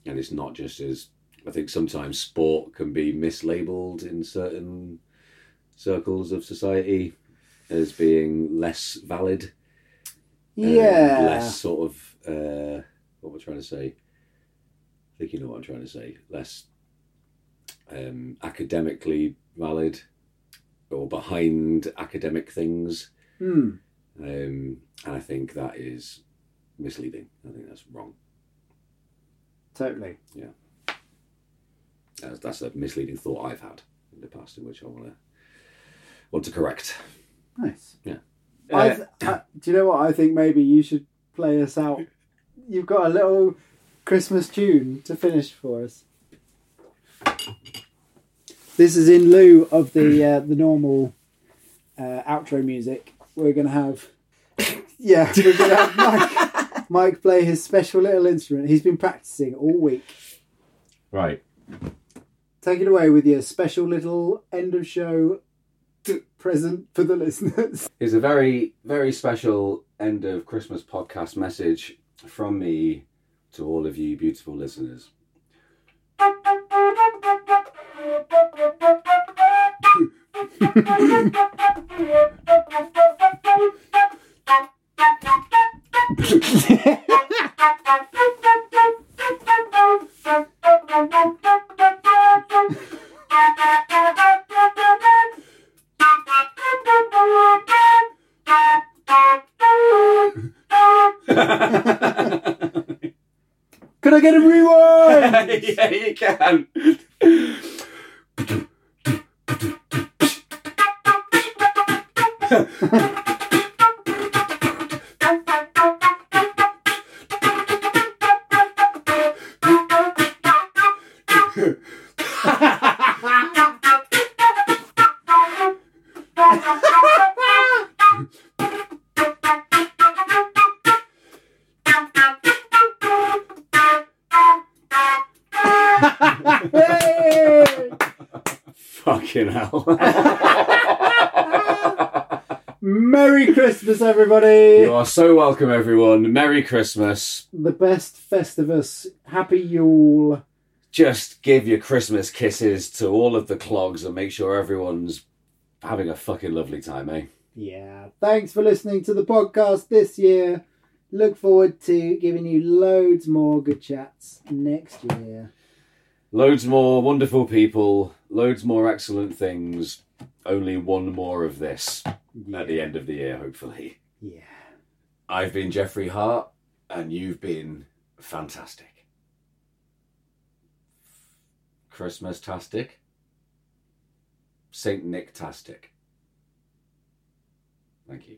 And it's not just as I think sometimes sport can be mislabeled in certain circles of society as being less valid um, Yeah. less sort of uh, what am I trying to say? I think you know what I'm trying to say. Less um, academically valid or behind academic things, Hmm. um, and I think that is misleading. I think that's wrong. Totally. That's, that's a misleading thought I've had in the past, in which I want to want to correct. Nice. Yeah. I th- I, do you know what? I think maybe you should play us out. You've got a little Christmas tune to finish for us. This is in lieu of the uh, the normal uh, outro music. We're gonna have yeah, we're gonna have Mike Mike play his special little instrument. He's been practicing all week. Right. Take it away with your special little end of show t- present for the listeners. is a very, very special end of Christmas podcast message from me to all of you beautiful listeners. Can I get a rewind? yeah, you can. Hey! Fucking hell. Merry Christmas, everybody. You are so welcome, everyone. Merry Christmas. The best Festivus. Happy Yule. Just give your Christmas kisses to all of the clogs and make sure everyone's having a fucking lovely time, eh? Yeah. Thanks for listening to the podcast this year. Look forward to giving you loads more good chats next year. Loads more wonderful people, loads more excellent things. Only one more of this at the end of the year, hopefully. Yeah. I've been Jeffrey Hart, and you've been fantastic. Christmas tastic. Saint Nick tastic. Thank you.